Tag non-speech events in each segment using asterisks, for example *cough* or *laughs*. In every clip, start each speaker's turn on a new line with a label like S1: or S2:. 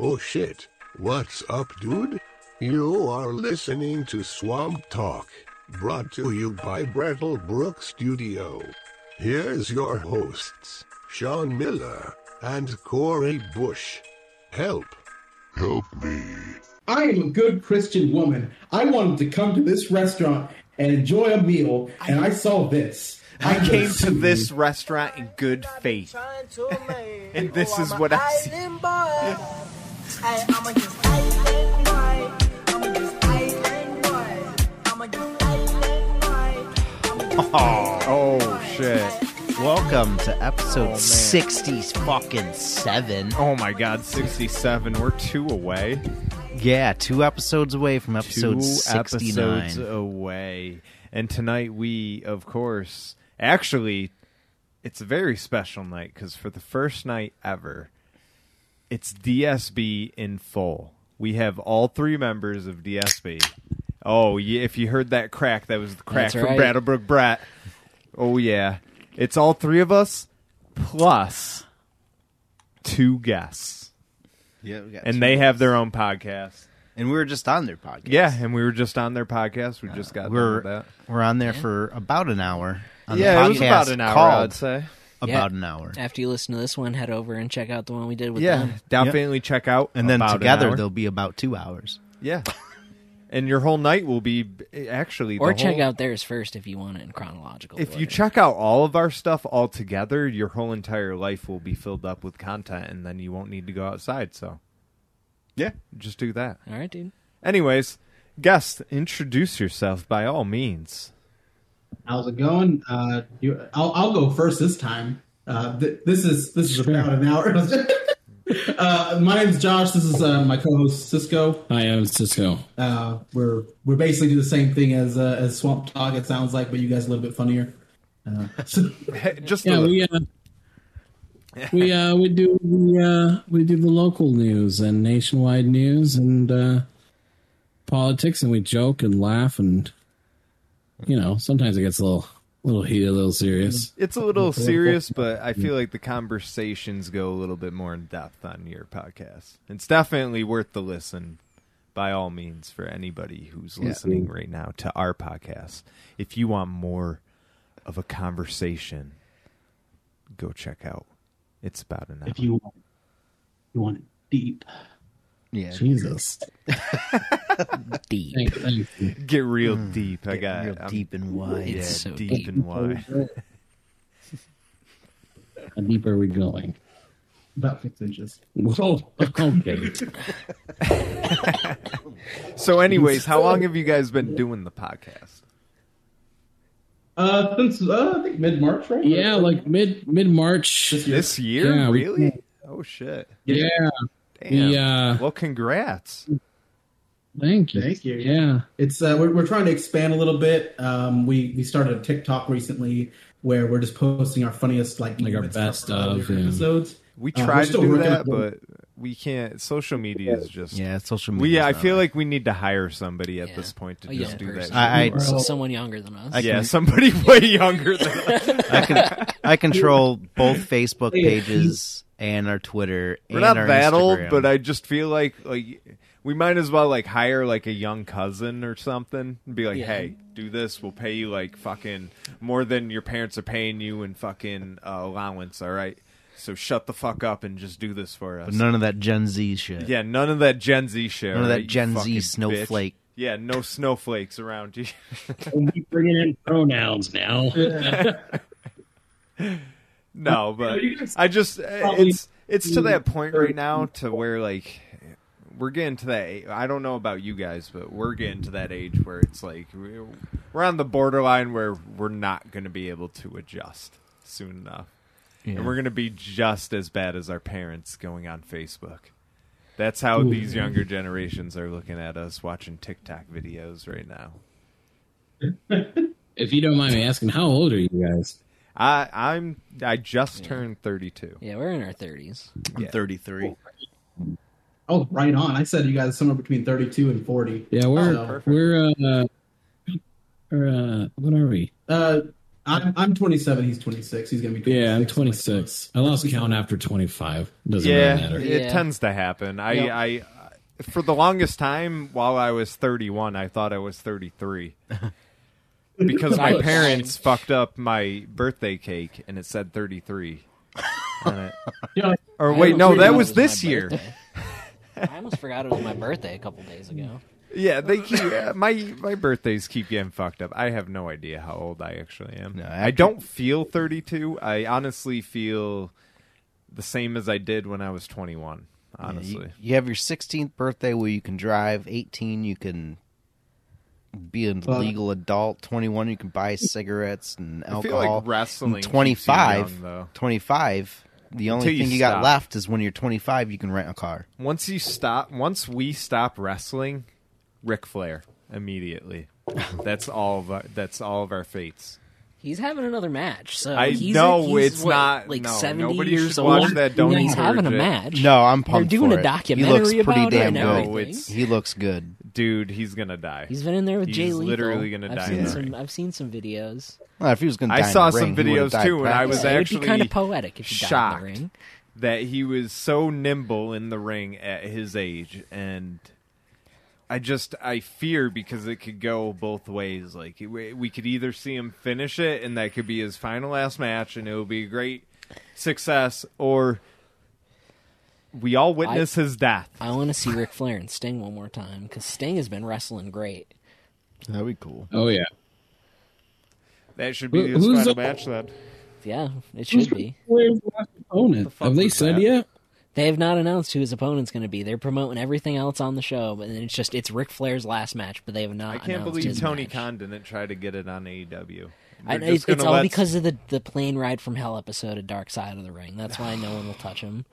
S1: Oh shit. What's up, dude? You are listening to Swamp Talk, brought to you by Brattlebrook Studio. Here's your hosts, Sean Miller and Corey Bush. Help. Help me.
S2: I am a good Christian woman. I wanted to come to this restaurant and enjoy a meal, and I saw this.
S3: I
S2: was
S3: came to
S2: smooth.
S3: this restaurant in good faith. *laughs* And this is what I see. Oh shit.
S4: Welcome to episode 60 fucking 7.
S3: Oh my god, 67. We're two away.
S4: Yeah, two episodes away from
S3: Two
S4: episode 69.
S3: episodes uh, away. And tonight we, of course, actually it's a very special night cuz for the first night ever, it's DSB in full. We have all three members of DSB. Oh, yeah, if you heard that crack, that was the crack
S4: That's
S3: from
S4: right.
S3: Brattlebrook Brat. Oh yeah. It's all three of us plus two guests.
S4: Yeah, we got two.
S3: And they have their own podcast.
S4: and we were just on their podcast.
S3: Yeah, and we were just on their podcast. We just got done
S4: Uh,
S3: with
S4: We're
S3: that.
S4: we're on there for about an hour. On
S3: Yeah,
S4: the
S3: it was
S4: podcast
S3: about an hour,
S4: called
S3: I'd say.
S4: About an hour.
S5: After you listen to this one, head over and check out the one we did with
S3: Yeah,
S5: them.
S3: definitely check out.
S4: And then
S3: about an
S4: together
S3: hour.
S4: they'll be about two hours.
S3: yeah, and your whole night will be actually. the
S5: Or check
S3: whole-
S5: out theirs first if you want it in chronological.
S3: If you
S5: order.
S3: check out all of our stuff all together, your whole entire life will be filled up with content, and then you won't need to go outside. So
S4: Yeah.
S3: just do that.
S5: all right, dude.
S3: Anyways, guest, introduce yourself by all means.
S2: How's it going? Uh, you, I'll, I'll go first this time. Uh, th- this is this is about an hour. *laughs* uh, my name's Josh. This is uh, my co-host Cisco.
S6: Hi, I'm Cisco.
S2: Uh, we're we're basically do the same thing as uh, as Swamp Talk. It sounds like, but you guys a little bit funnier. Uh, so-
S3: Just
S6: Yeah,
S3: a-
S6: we uh, we uh, we do the uh, we do the local news and nationwide news and uh, politics, and we joke and laugh, and you know sometimes it gets a little little heated, a little serious.
S3: It's a little serious, but I feel like the conversations go a little bit more in depth on your podcast. It's definitely worth the listen by all means for anybody who's listening right now to our podcast. If you want more of a conversation, go check out. It's about an hour.
S7: if you want it. you want it deep.
S4: Yeah.
S6: Jesus,
S5: Deep.
S6: Thank- thank you.
S3: get real deep, I
S4: Mm. Get
S3: got
S4: real
S3: I'm-
S4: deep and wide.
S3: Yeah,
S5: It's so
S3: deep,
S5: deep.
S3: and wide. *laughs*
S6: how deep are we going?
S2: about six inches.
S6: Whoa, *laughs* okay.
S3: So, anyways,
S4: *laughs*
S3: how long have you guys been doing the podcast?
S2: Uh, since uh, I think mid March, right?
S6: Yeah, like mid mid March.
S3: This year,
S6: Yeah, we-
S3: really? Oh shit!
S6: Yeah,
S3: Damn.
S6: Yeah.
S3: Well, congrats.
S6: thank you.
S2: Thank you.
S6: Yeah.
S2: It's uh, we're, we're trying to expand a little bit. Um, we we started a TikTok recently where we're just posting our funniest like
S6: Like our
S2: moments from
S6: best
S2: earlier
S6: of, yeah.
S2: episodes.
S3: We
S2: Uh,
S3: try
S2: we're
S3: to
S2: still
S3: do
S2: working
S3: that,
S2: on it.
S3: but we can't. Social media is just.
S4: Yeah, social media.
S3: We. I feel like we need to hire somebody at this point to
S5: A
S3: just
S5: young
S3: do that.
S5: person.
S4: I- I-
S5: Or Oh, so- someone younger than us.
S3: yeah, somebody *laughs* way younger than us.
S4: I, can, I control
S3: *laughs*
S4: both Facebook pages and our Twitter
S3: We're
S4: and
S3: not
S4: our
S3: that old,
S4: Instagram.
S3: but I just feel like like we might as well like hire like a young cousin or something and be like,
S5: Yeah.
S3: hey, do this. We'll pay you like fucking more than your parents are paying you in fucking uh, allowance. All right, so shut the fuck up and just do this for us.
S4: But none of that Gen Z shit.
S3: Yeah, none of that Gen Z shit.
S4: None of that
S3: right, you
S4: Gen Z
S3: fucking bitch.
S4: snowflake.
S3: Yeah, no snowflakes around you. *laughs*
S6: We bringing in pronouns now.
S3: no, but
S6: you guys
S3: I just uh,
S6: probably-
S3: it's it's to that point right now to where like we're getting to that. I don't know about you guys, but we're getting to that age where it's like we're we're on the borderline where we're not going to be able to adjust soon enough, and we're going to be just as bad as our parents going on Facebook. That's how these younger generations are looking at us watching TikTok videos right now.
S6: If you don't mind me asking, how old are you guys?
S3: I I'm I just turned 32.
S5: Yeah, we're in our thirties.
S4: I'm 33.
S2: Oh, right on! I said you guys somewhere between thirty-two and forty.
S6: Yeah, we're
S2: Oh,
S3: perfect.
S6: we're uh, we're uh, what are we?
S2: Uh, I'm I'm 27. He's 26. He's gonna be 26.
S6: Yeah, I'm 26. I lost count after 25. Doesn't really
S3: yeah,
S6: matter.
S3: it
S5: Yeah.
S3: tends to happen. I,
S5: Yep.
S3: I, I- for the longest time while I was 31, I thought I was 33 because my
S5: Nice.
S3: parents fucked up my birthday cake and it said 33 on it.
S2: Yeah,
S3: Or
S5: I
S3: wait,
S5: almost
S3: no,
S5: forgot
S3: that
S5: it
S3: was
S5: my
S3: this year.
S5: birthday. I almost forgot it was my birthday a couple days ago.
S3: *laughs* Yeah, they keep, yeah, my my birthdays keep getting fucked up. I have no idea how old I actually am.
S8: No,
S3: I don't feel 32. I honestly feel the same as I did when I was 21.
S8: Yeah, you-
S3: Honestly,
S8: you, have your 16th birthday where you can drive. 18, you can be a
S2: Fuck.
S8: legal adult. 21, you can buy cigarettes and
S3: I
S8: alcohol.
S3: feel like
S8: And
S3: wrestling. keeps you
S8: 25,
S3: young, though.
S8: 25. The only
S3: Until you
S8: thing you, got
S3: stop.
S8: left is when you're 25, you can rent a car.
S3: Once you stop, once we stop wrestling, Ric Flair
S5: *laughs*
S3: immediately. that's all. Of our, that's all of our fates.
S5: He's having another match, so
S3: I
S5: he's
S3: know,
S5: he's,
S3: it's
S5: what,
S3: not-
S5: like
S3: no,
S5: seventy
S3: nobody
S5: years
S3: should
S5: old.
S3: watch that. Don't
S5: and he's having a
S3: encourage it.
S5: match.
S8: No, I'm
S5: They're
S8: pumped
S5: doing
S8: for
S5: a
S8: it.
S5: documentary
S8: He looks pretty
S5: about it
S8: damn
S5: and
S8: good.
S5: everything.
S3: it's-
S8: He looks good.
S3: Dude, he's gonna die.
S5: He's been in there with
S3: He's
S5: Jay Lethal.
S3: literally gonna die
S5: I've
S3: in
S5: seen
S3: the
S5: some.
S3: ring.
S5: I've seen some videos.
S8: Well, if he was going to
S3: I
S8: die in
S3: saw
S8: the
S3: some
S8: ring, he would've
S3: videos,
S8: died
S3: too, when I was
S5: Yeah,
S8: practically.
S5: it would
S3: actually
S5: be kind of poetic if you died
S3: shocked
S5: in the ring.
S3: that he was so nimble in the ring at his age and i just i fear because it could go both ways like we we could either see him finish it and that could be his final last match and it would be a great success or we all witness his death
S5: I want to see Ric Flair and Sting one more time because Sting has been wrestling great.
S8: That'd be cool.
S6: Oh yeah.
S3: that should be
S6: Who-
S3: his
S6: who's
S3: final
S6: the-
S3: match then
S5: Yeah, it should be.
S6: Where's the last opponent?
S3: fuck
S6: Have they
S3: was
S6: said
S3: that?
S6: yet?
S5: They have not announced who his opponent's going to be. They're promoting everything else on the show, but then it's just it's Ric Flair's last match. But they have not.
S3: i can't
S5: announced
S3: believe
S5: his
S3: tony
S5: match.
S3: khan didn't try to get it on aew
S5: I,
S3: They're
S5: it's
S3: just
S5: it's
S3: gonna
S5: all
S3: let-
S5: because of the the plane ride from hell episode of Dark Side of the Ring. That's why no one will touch him.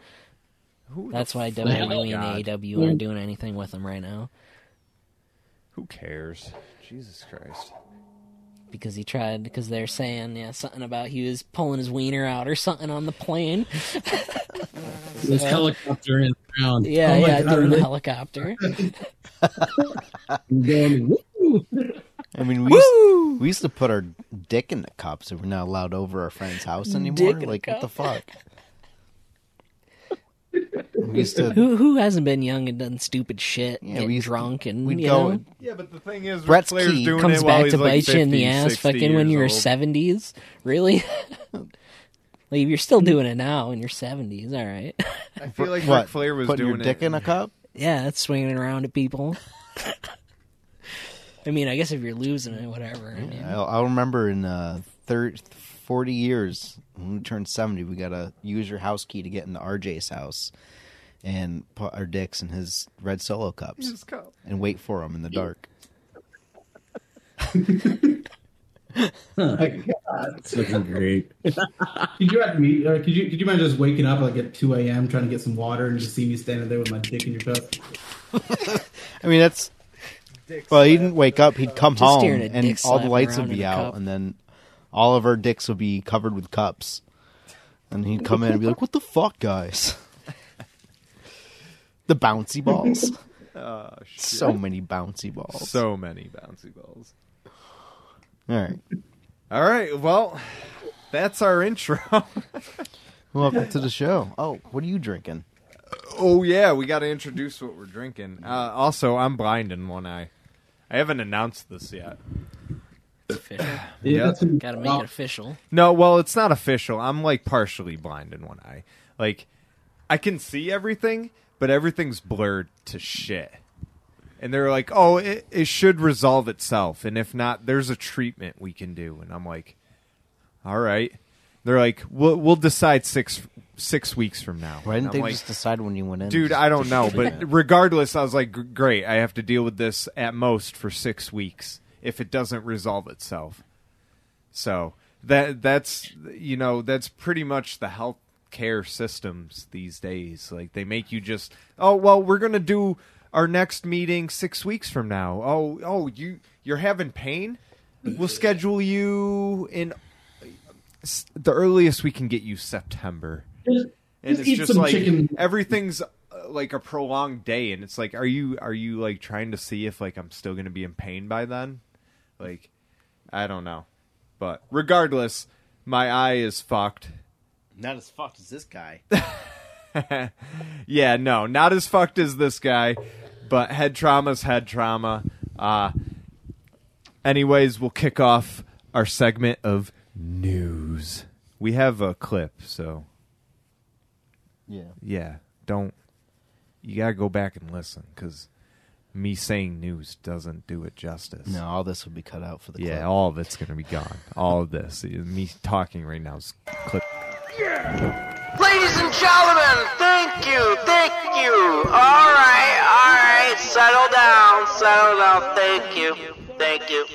S3: *laughs* who the
S5: That's why
S3: fuck-
S5: WWE
S3: God.
S5: and AEW
S2: Mm.
S5: aren't doing anything with him right now
S3: who cares jesus christ
S5: because he tried because they're saying yeah something about he was pulling his wiener out or something on the plane. *laughs*
S6: This helicopter in the ground.
S5: Yeah,
S2: Oh my
S5: yeah,
S2: God,
S5: doing a
S2: really? *laughs*
S5: helicopter. *laughs*
S6: I'm going, "Woo!"
S8: I mean, we used, we used to put our dick in the cups and we're not allowed over our friend's house anymore.
S5: Dick in a
S8: like, what the
S5: cup.
S8: fuck? we used to.
S5: who who hasn't been young and done stupid shit,
S8: Yeah,
S5: yeah, getting
S8: we used to-
S5: drunk, and
S8: We'd
S5: you
S8: go.
S5: know,
S3: Yeah, but the thing is, Brett
S8: Brett's
S3: Flair's
S8: key
S3: doing
S5: comes
S3: it while
S5: back
S3: he's
S5: to
S3: like
S5: bite
S3: 50,
S5: you in the ass,
S3: 60
S5: fucking when
S3: years
S5: you're
S3: old.
S5: seventies. Really, *laughs* like you're still doing it now in your seventies. All right, *laughs*
S3: I feel *laughs* like
S8: what,
S3: Ric Flair was
S8: putting
S3: doing
S8: your dick
S3: it.
S8: in a cup?
S5: yeah, that's swinging around at people. *laughs* I mean, I guess if you're losing it, whatever. I mean,
S8: I'll, I'll remember in uh, thir 40 years when we turned 70, we got to use your house key to get into RJ's house and put our dicks in his red solo cups and wait for him in the dark.
S6: It's looking great.
S2: Could you have me? Or could you? Could you mind just waking up like at 2 a.m. trying to get some water and just see me standing there with my dick in your cup?
S8: I mean, that's. Well, he didn't wake up. He'd come
S5: Just
S8: home
S5: staring at
S8: and
S5: dicks
S8: all the
S5: slapping
S8: lights
S5: around
S8: would
S5: in
S8: be
S5: a
S8: out,
S5: cup.
S8: and then all of our dicks would be covered with cups. And he'd come in and be like, what the fuck, guys? *laughs* the bouncy balls.
S3: *laughs* Oh, shit.
S8: so many bouncy balls.
S3: so many bouncy balls.
S8: All right.
S3: All right, well, that's our intro. *laughs*
S8: Welcome to the show. Oh, what are you drinking?
S3: oh yeah, we got to introduce what we're drinking. Uh, also, I'm blind in one eye. I haven't announced this yet.
S5: it's official.
S2: Yeah, that's what-
S5: Got to make it official.
S3: No, well, it's not official. I'm like partially blind in one eye. Like I can see everything, but everything's blurred to shit. And they're like, "Oh, it, it should resolve itself, and if not, there's a treatment we can do." And I'm like, "All right." They're like, "We'll we'll decide six six weeks from now."
S8: Why didn't
S3: And
S8: they
S3: I'm like,
S8: just decide when you went in?
S3: Dude,
S8: Just-
S3: I don't
S8: just
S3: know,
S8: treat it.
S3: but regardless, I was like, "Gr- "Great, I have to deal with this at most for six weeks if it doesn't resolve itself." So that that's you know that's pretty much the health care systems these days. Like they make you just, oh well, we're gonna do our next meeting six weeks from now. Oh oh, you you're having pain. We'll schedule you in s- the earliest we can get you September
S2: Just,
S3: and
S2: just
S3: it's
S2: eat
S3: just
S2: some
S3: like
S2: chicken.
S3: everything's uh, like a prolonged day and it's like are you are you like trying to see if like i'm still gonna be in pain by then like i don't know But regardless, my eye is fucked.
S4: Not as fucked as this guy.
S3: yeah, no, not as fucked as this guy, but head trauma's head trauma. Uh, anyways, we'll kick off our segment of news. We have a clip, so
S4: yeah.
S3: yeah, don't. You gotta go back and listen because me saying news doesn't do it justice.
S4: No, all this would be cut out for the
S3: Yeah,
S4: clip.
S3: all of it's gonna be gone. All of this, me talking right now is clip.
S9: Ladies and gentlemen, thank you, thank you. All right, all right, settle down, settle down. Thank you, thank you.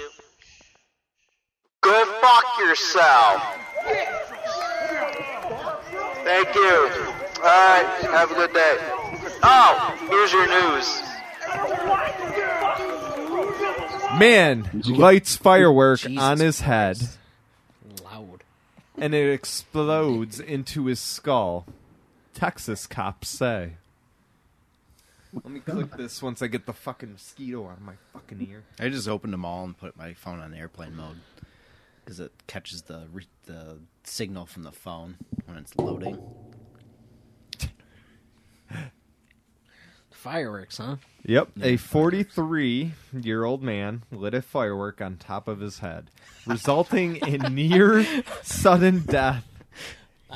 S9: Go fuck yourself. Thank you. All right, have a good day. Oh, here's your news.
S3: Man lights firework
S5: Jesus
S3: on his head.
S5: Loud.
S3: and it explodes into his skull. Texas cops say. Let me click this once I get the fucking mosquito out of my fucking ear.
S4: I just opened them all and put my phone on airplane mode because it catches the re- the signal from the phone when it's loading.
S5: Fireworks, huh?
S3: Yep. A 43 year old man lit a firework on top of his head,
S4: *laughs*
S3: resulting in near sudden death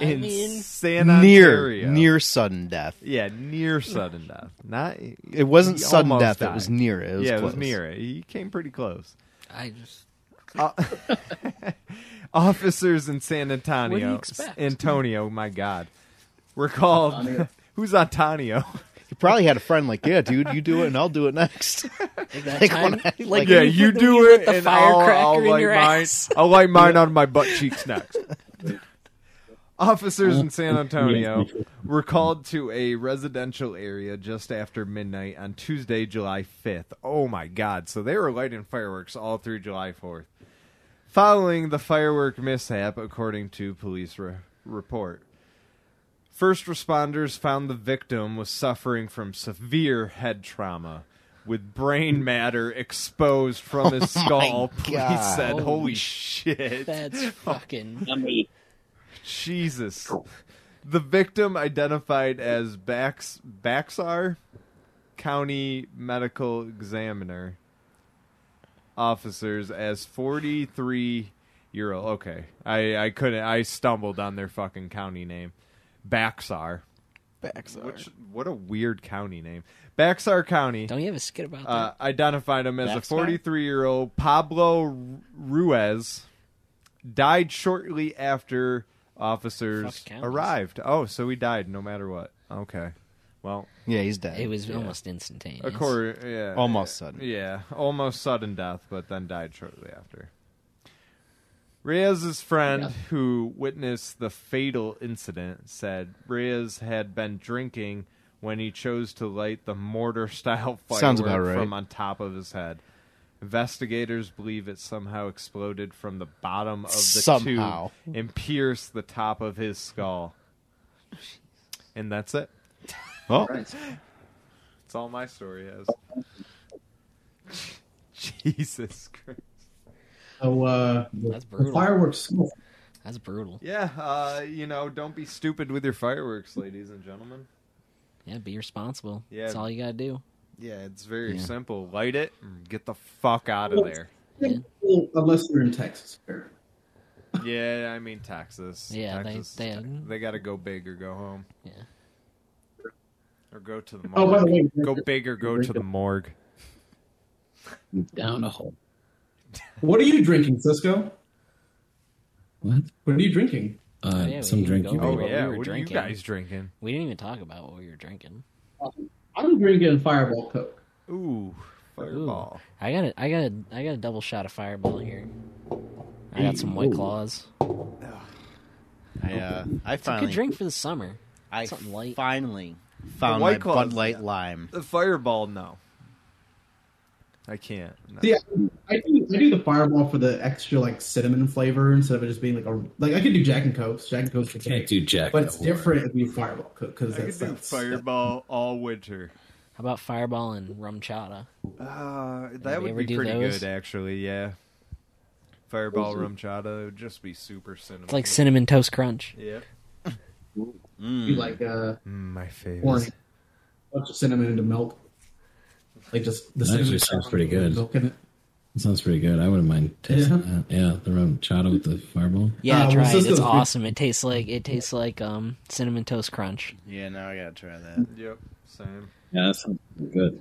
S3: in
S5: mean-
S3: San Ontario.
S4: Near near sudden death.
S3: Yeah, near sudden death. Not. It
S4: It wasn't
S3: He
S4: sudden death.
S3: almost died.
S4: It was near it. It was
S3: yeah,
S4: close.
S3: it was near it. He came pretty close.
S5: I just
S3: officers in San
S5: What do you
S3: Antonio.
S5: expect?
S3: Antonio, my God, we're called. *laughs* Who's Antonio?
S4: He probably had a friend like, yeah, dude, you do it and I'll do it
S3: *laughs*
S4: next.
S5: like
S8: *laughs*
S5: that
S4: Like,
S5: time,
S4: when I-
S5: like,
S4: like-
S5: when
S3: yeah,
S5: you,
S3: you
S5: put-
S3: do
S5: when you
S3: it,
S5: put the
S3: and I'll,
S5: firecracker
S3: I'll
S5: in
S3: light
S5: your
S3: mine.
S5: ass.
S3: I'll light mine on my butt cheeks next. Officers in
S5: Mm-hmm.
S3: San Antonio were called to a residential area just after midnight on Tuesday, July 5th. Oh my God. So they were lighting fireworks all through July 4th. Following the firework mishap, according to police re- report. First responders found the victim was suffering from severe head trauma with brain matter exposed from his skull. *laughs* Police
S4: God.
S3: said, Holy
S5: Holy
S3: shit. *laughs*
S5: *laughs* That's fucking.
S7: Yummy.
S3: Jesus. The victim identified as Bax Baxar County Medical Examiner officers as 43 year old. Okay. I, I couldn't. I stumbled on their fucking county name. Baxar.
S4: Backside.
S3: Which, what a weird county name. Baxar County
S5: Don't you have a skit about that?
S3: uh, identified him as
S4: That's
S3: a
S4: fine.
S3: 43 year old Pablo Ruiz. Died shortly after officers
S5: Fuck counties.
S3: arrived. Oh, so he died no matter what. Okay. Well,
S4: Yeah, he's dead.
S5: it was almost instantaneous.
S3: of course, yeah,
S8: Oh,
S4: Almost sudden.
S3: yeah, almost sudden death, but then died shortly after. Reyes's friend, who witnessed the fatal incident, said Reyes had been drinking when he chose to light the *laughs* mortar-style firework
S4: Sounds about right.
S3: from on top of his head. Investigators believe it somehow exploded from the bottom of the
S4: Somehow.
S3: tube and pierced the top of his
S4: *laughs*
S3: skull. And that's it.
S4: Oh,
S3: That's all my story is. *laughs* Jesus Christ.
S2: So uh,
S5: That's
S2: the
S5: brutal.
S2: fireworks.
S5: That's brutal.
S3: Yeah, uh, you know, don't be stupid with your fireworks, ladies and gentlemen.
S5: Yeah, be responsible.
S3: Yeah.
S5: That's all you gotta do.
S3: Yeah, it's very simple. Light it and get the fuck out of there.
S2: Unless you're in Texas, fair.
S3: Yeah, I mean Texas.
S5: *laughs* Yeah, they-
S3: Texas,
S5: they-
S3: they got to go big or go home.
S5: Yeah.
S3: Or go to the morgue.
S2: Oh, by the way,
S3: go big or go to the morgue.
S6: Down a hole.
S2: what are you drinking, Cisco?
S6: What?
S2: What are you drinking?
S6: Uh,
S5: Yeah,
S6: some
S5: we can
S6: drink
S5: go
S6: you
S5: over
S6: made.
S3: Oh
S5: what we
S3: yeah,
S5: were
S3: what are you
S5: drinking.
S3: guys drinking?
S5: We didn't even talk about what we were drinking.
S2: I'm drinking Fireball Coke.
S3: Ooh,
S5: Ooh.
S3: fireball.
S5: I got a, I got a, I got a double shot of fireball here. I got some white claws.
S4: I, uh, I
S5: It's a
S4: finally
S5: good drink for the summer.
S4: I
S5: Something light.
S4: finally found
S3: White
S4: my
S3: Claws.
S4: Bud Light
S3: *laughs*
S4: Lime.
S3: The fireball, no. I can't. no.
S2: See, I, I, do, I do the Fireball for the extra like cinnamon flavor instead of it just being like a like I could do Jack and Cokes. Jack and Cokes are
S6: Can't
S2: great,
S6: do jack.
S2: but it's
S6: that work.
S2: different if you Fireball Coke because
S3: I could
S2: that's,
S3: do
S2: that's-
S3: fireball all winter.
S5: How about fireball and rum chata?
S3: Uh,
S5: Have
S3: that
S5: you
S3: would
S5: ever
S3: be
S5: do
S3: pretty
S5: those?
S3: good, actually. Yeah. Fireball rum chata. It would just be super cinnamon.
S5: It's like cinnamon toast crunch.
S3: Yep.
S2: be like uh,
S6: Hmm.
S3: Mm, my favorite.
S2: pouring a bunch of cinnamon into milk. Like just the
S6: That
S2: cinnamon
S6: actually sounds pretty good.
S2: Milk in it.
S6: That sounds pretty good. I wouldn't mind tasting
S2: Yeah.
S6: that. Yeah, the rum chata with the fireball.
S5: Yeah,
S2: Uh, well,
S5: try it. It's
S2: Cisco's-
S5: awesome. It tastes like it tastes like um cinnamon toast crunch.
S8: Yeah, now I gotta try that.
S3: Yep. Same.
S6: Yeah, that sounds pretty good.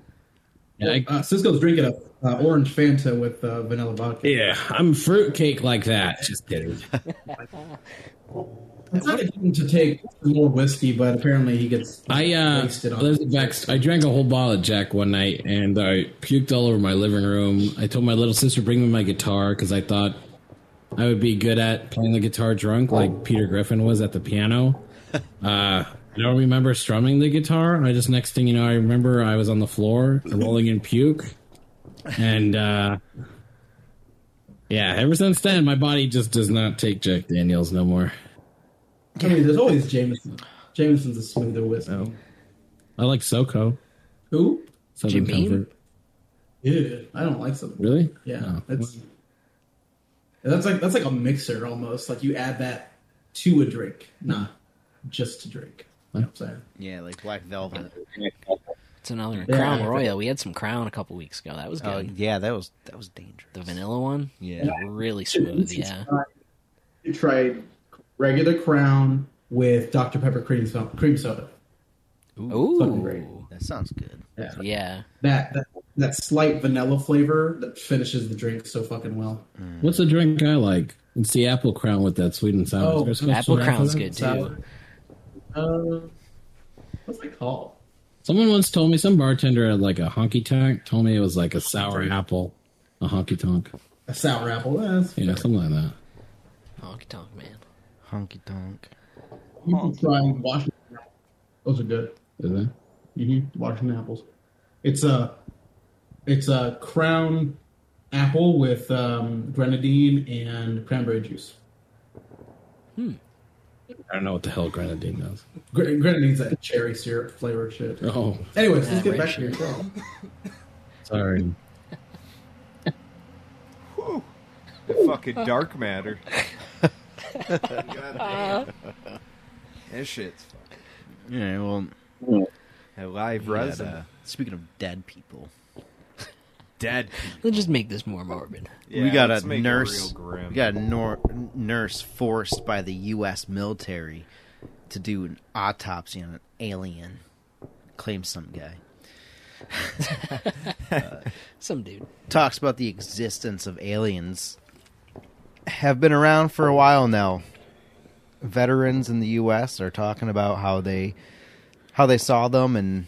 S6: Yeah, I,
S2: Uh, Cisco's drinking a uh, orange Fanta with uh, vanilla vodka.
S6: yeah, I'm fruitcake like that. Just kidding.
S2: I tried to take more whiskey, but apparently he gets
S6: I uh,
S2: wasted on.
S6: there's a vex. I drank a whole bottle of Jack one night, and I puked all over my living room. I told my little sister bring me my guitar because I thought I would be good at playing the guitar drunk,
S2: Oh.
S6: like Peter Griffin was at
S2: *laughs*
S6: the piano. Uh, I don't remember strumming the guitar. I just next thing you know, I remember I was on the floor rolling in puke, and uh, yeah, ever since then, my body just does not take Jack Daniels no more.
S2: I mean, there's always Jameson. Jameson's a smoother whiskey.
S6: Oh. I like SoCo.
S2: Who?
S5: Jim
S6: Southern
S5: Beam?
S6: Comfort.
S2: Yeah, I don't like something.
S6: Really?
S2: Yeah,
S6: Oh.
S2: that's that's like that's like a mixer almost. Like you add that to a drink, not just to drink. You know what I'm saying?
S8: Yeah, like black velvet.
S5: It's another
S2: Yeah.
S5: Crown Royal. We had some Crown a couple weeks ago. That was good.
S8: Oh yeah, that was that was dangerous.
S5: The vanilla one,
S8: Yeah.
S2: *laughs*
S5: really smooth. Yeah,
S2: You tried regular Crown with Dr Pepper cream so- cream soda. fucking great.
S5: ooh,
S8: That sounds good.
S2: Yeah,
S5: yeah.
S2: that that that slight vanilla flavor that finishes the drink so fucking well.
S6: What's the drink I like? It's the apple crown with that sweet and sour.
S2: Oh,
S6: Is there a special
S5: Apple
S6: name for
S5: Crown's
S6: that?
S5: good
S2: So,
S5: too.
S2: uh, what's it called?
S6: Someone once told me some bartender at like a honky tonk told me it was like a sour apple, a honky tonk.
S2: A sour apple. Yeah, that's
S6: Yeah, something like that.
S5: Honky tonk man.
S8: Honky tonk.
S2: You can try Washington. apples. Those are good.
S6: Is it?
S2: Mm-hmm. Washington apples. It's a it's a crown apple with um, grenadine and cranberry juice.
S6: I don't know what the hell grenadine does.
S2: Gre- grenadine's that cherry syrup flavor shit.
S6: Oh,
S2: Anyways,
S5: Yeah,
S2: let's get
S5: right
S2: back to
S5: sure.
S2: your show.
S6: sorry.
S3: The fucking dark matter. *laughs* God damn. That shit's fucking
S8: Yeah, well,
S3: that live
S8: we had,
S3: resin.
S8: uh, speaking of dead people,
S3: Dead.
S5: Let's just make this more morbid.
S3: Yeah,
S8: we got
S3: let's
S8: a
S3: make it
S8: nurse.
S3: real grim.
S8: We got a nor- nurse forced by the U.S. military to do an autopsy on an alien. Claims some guy
S5: Some dude.
S8: talks about the existence of aliens. Have been around for a while now. Veterans in the U.S. are talking about how they how they saw them, and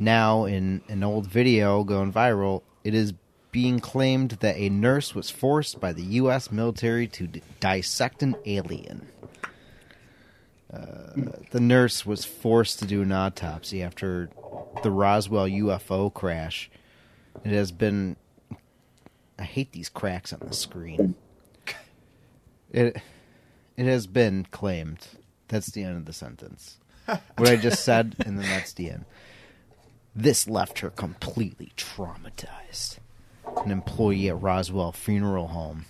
S8: now in an old video going viral, it is being claimed that a nurse was forced by the U.S. military to d- dissect an alien. Uh, the nurse was forced to do an autopsy after the Roswell UFO crash. It has been. I hate these cracks on the screen. *laughs* It, it has been claimed. That's the end of the *laughs* sentence. What I just said, and then that's the end. This left her completely traumatized. An employee at Roswell Funeral Home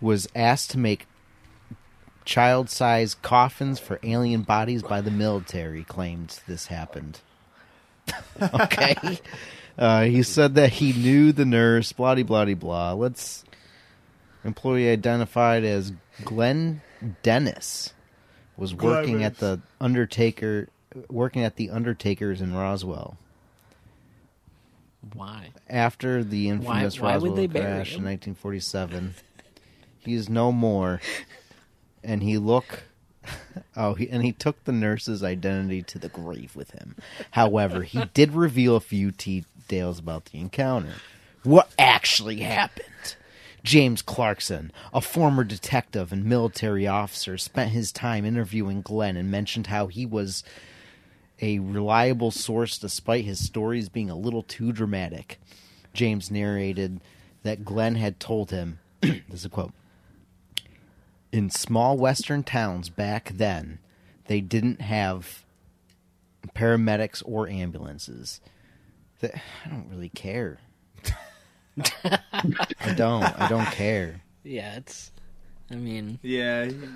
S8: was asked to make child sized coffins for alien bodies by the military, claimed this happened *laughs* okay. Uh, he said that he knew the nurse, blah, de, blah, de, blah. Let's. Employee identified as Glenn Dennis was working at the Undertaker, working at the Undertakers in Roswell
S5: Why?
S8: after the infamous
S5: why would
S8: Roswell
S5: they bury
S8: crash in
S5: him?
S8: 1947. he is no more, and he look. *laughs* Oh, he, and he took the nurse's identity to the grave with him. However,
S5: *laughs*
S8: he did reveal a few details about the encounter. What actually happened? James Clarkson, a former detective and military officer, spent his time interviewing Glenn and mentioned how he was a reliable source despite his stories being a little too dramatic. James narrated that Glenn had told him *clears throat* this is a quote In small western towns back then, they didn't have paramedics or ambulances. Th- I don't really care. I don't. I don't care.
S5: Yeah, it's. I mean,
S3: Yeah, you,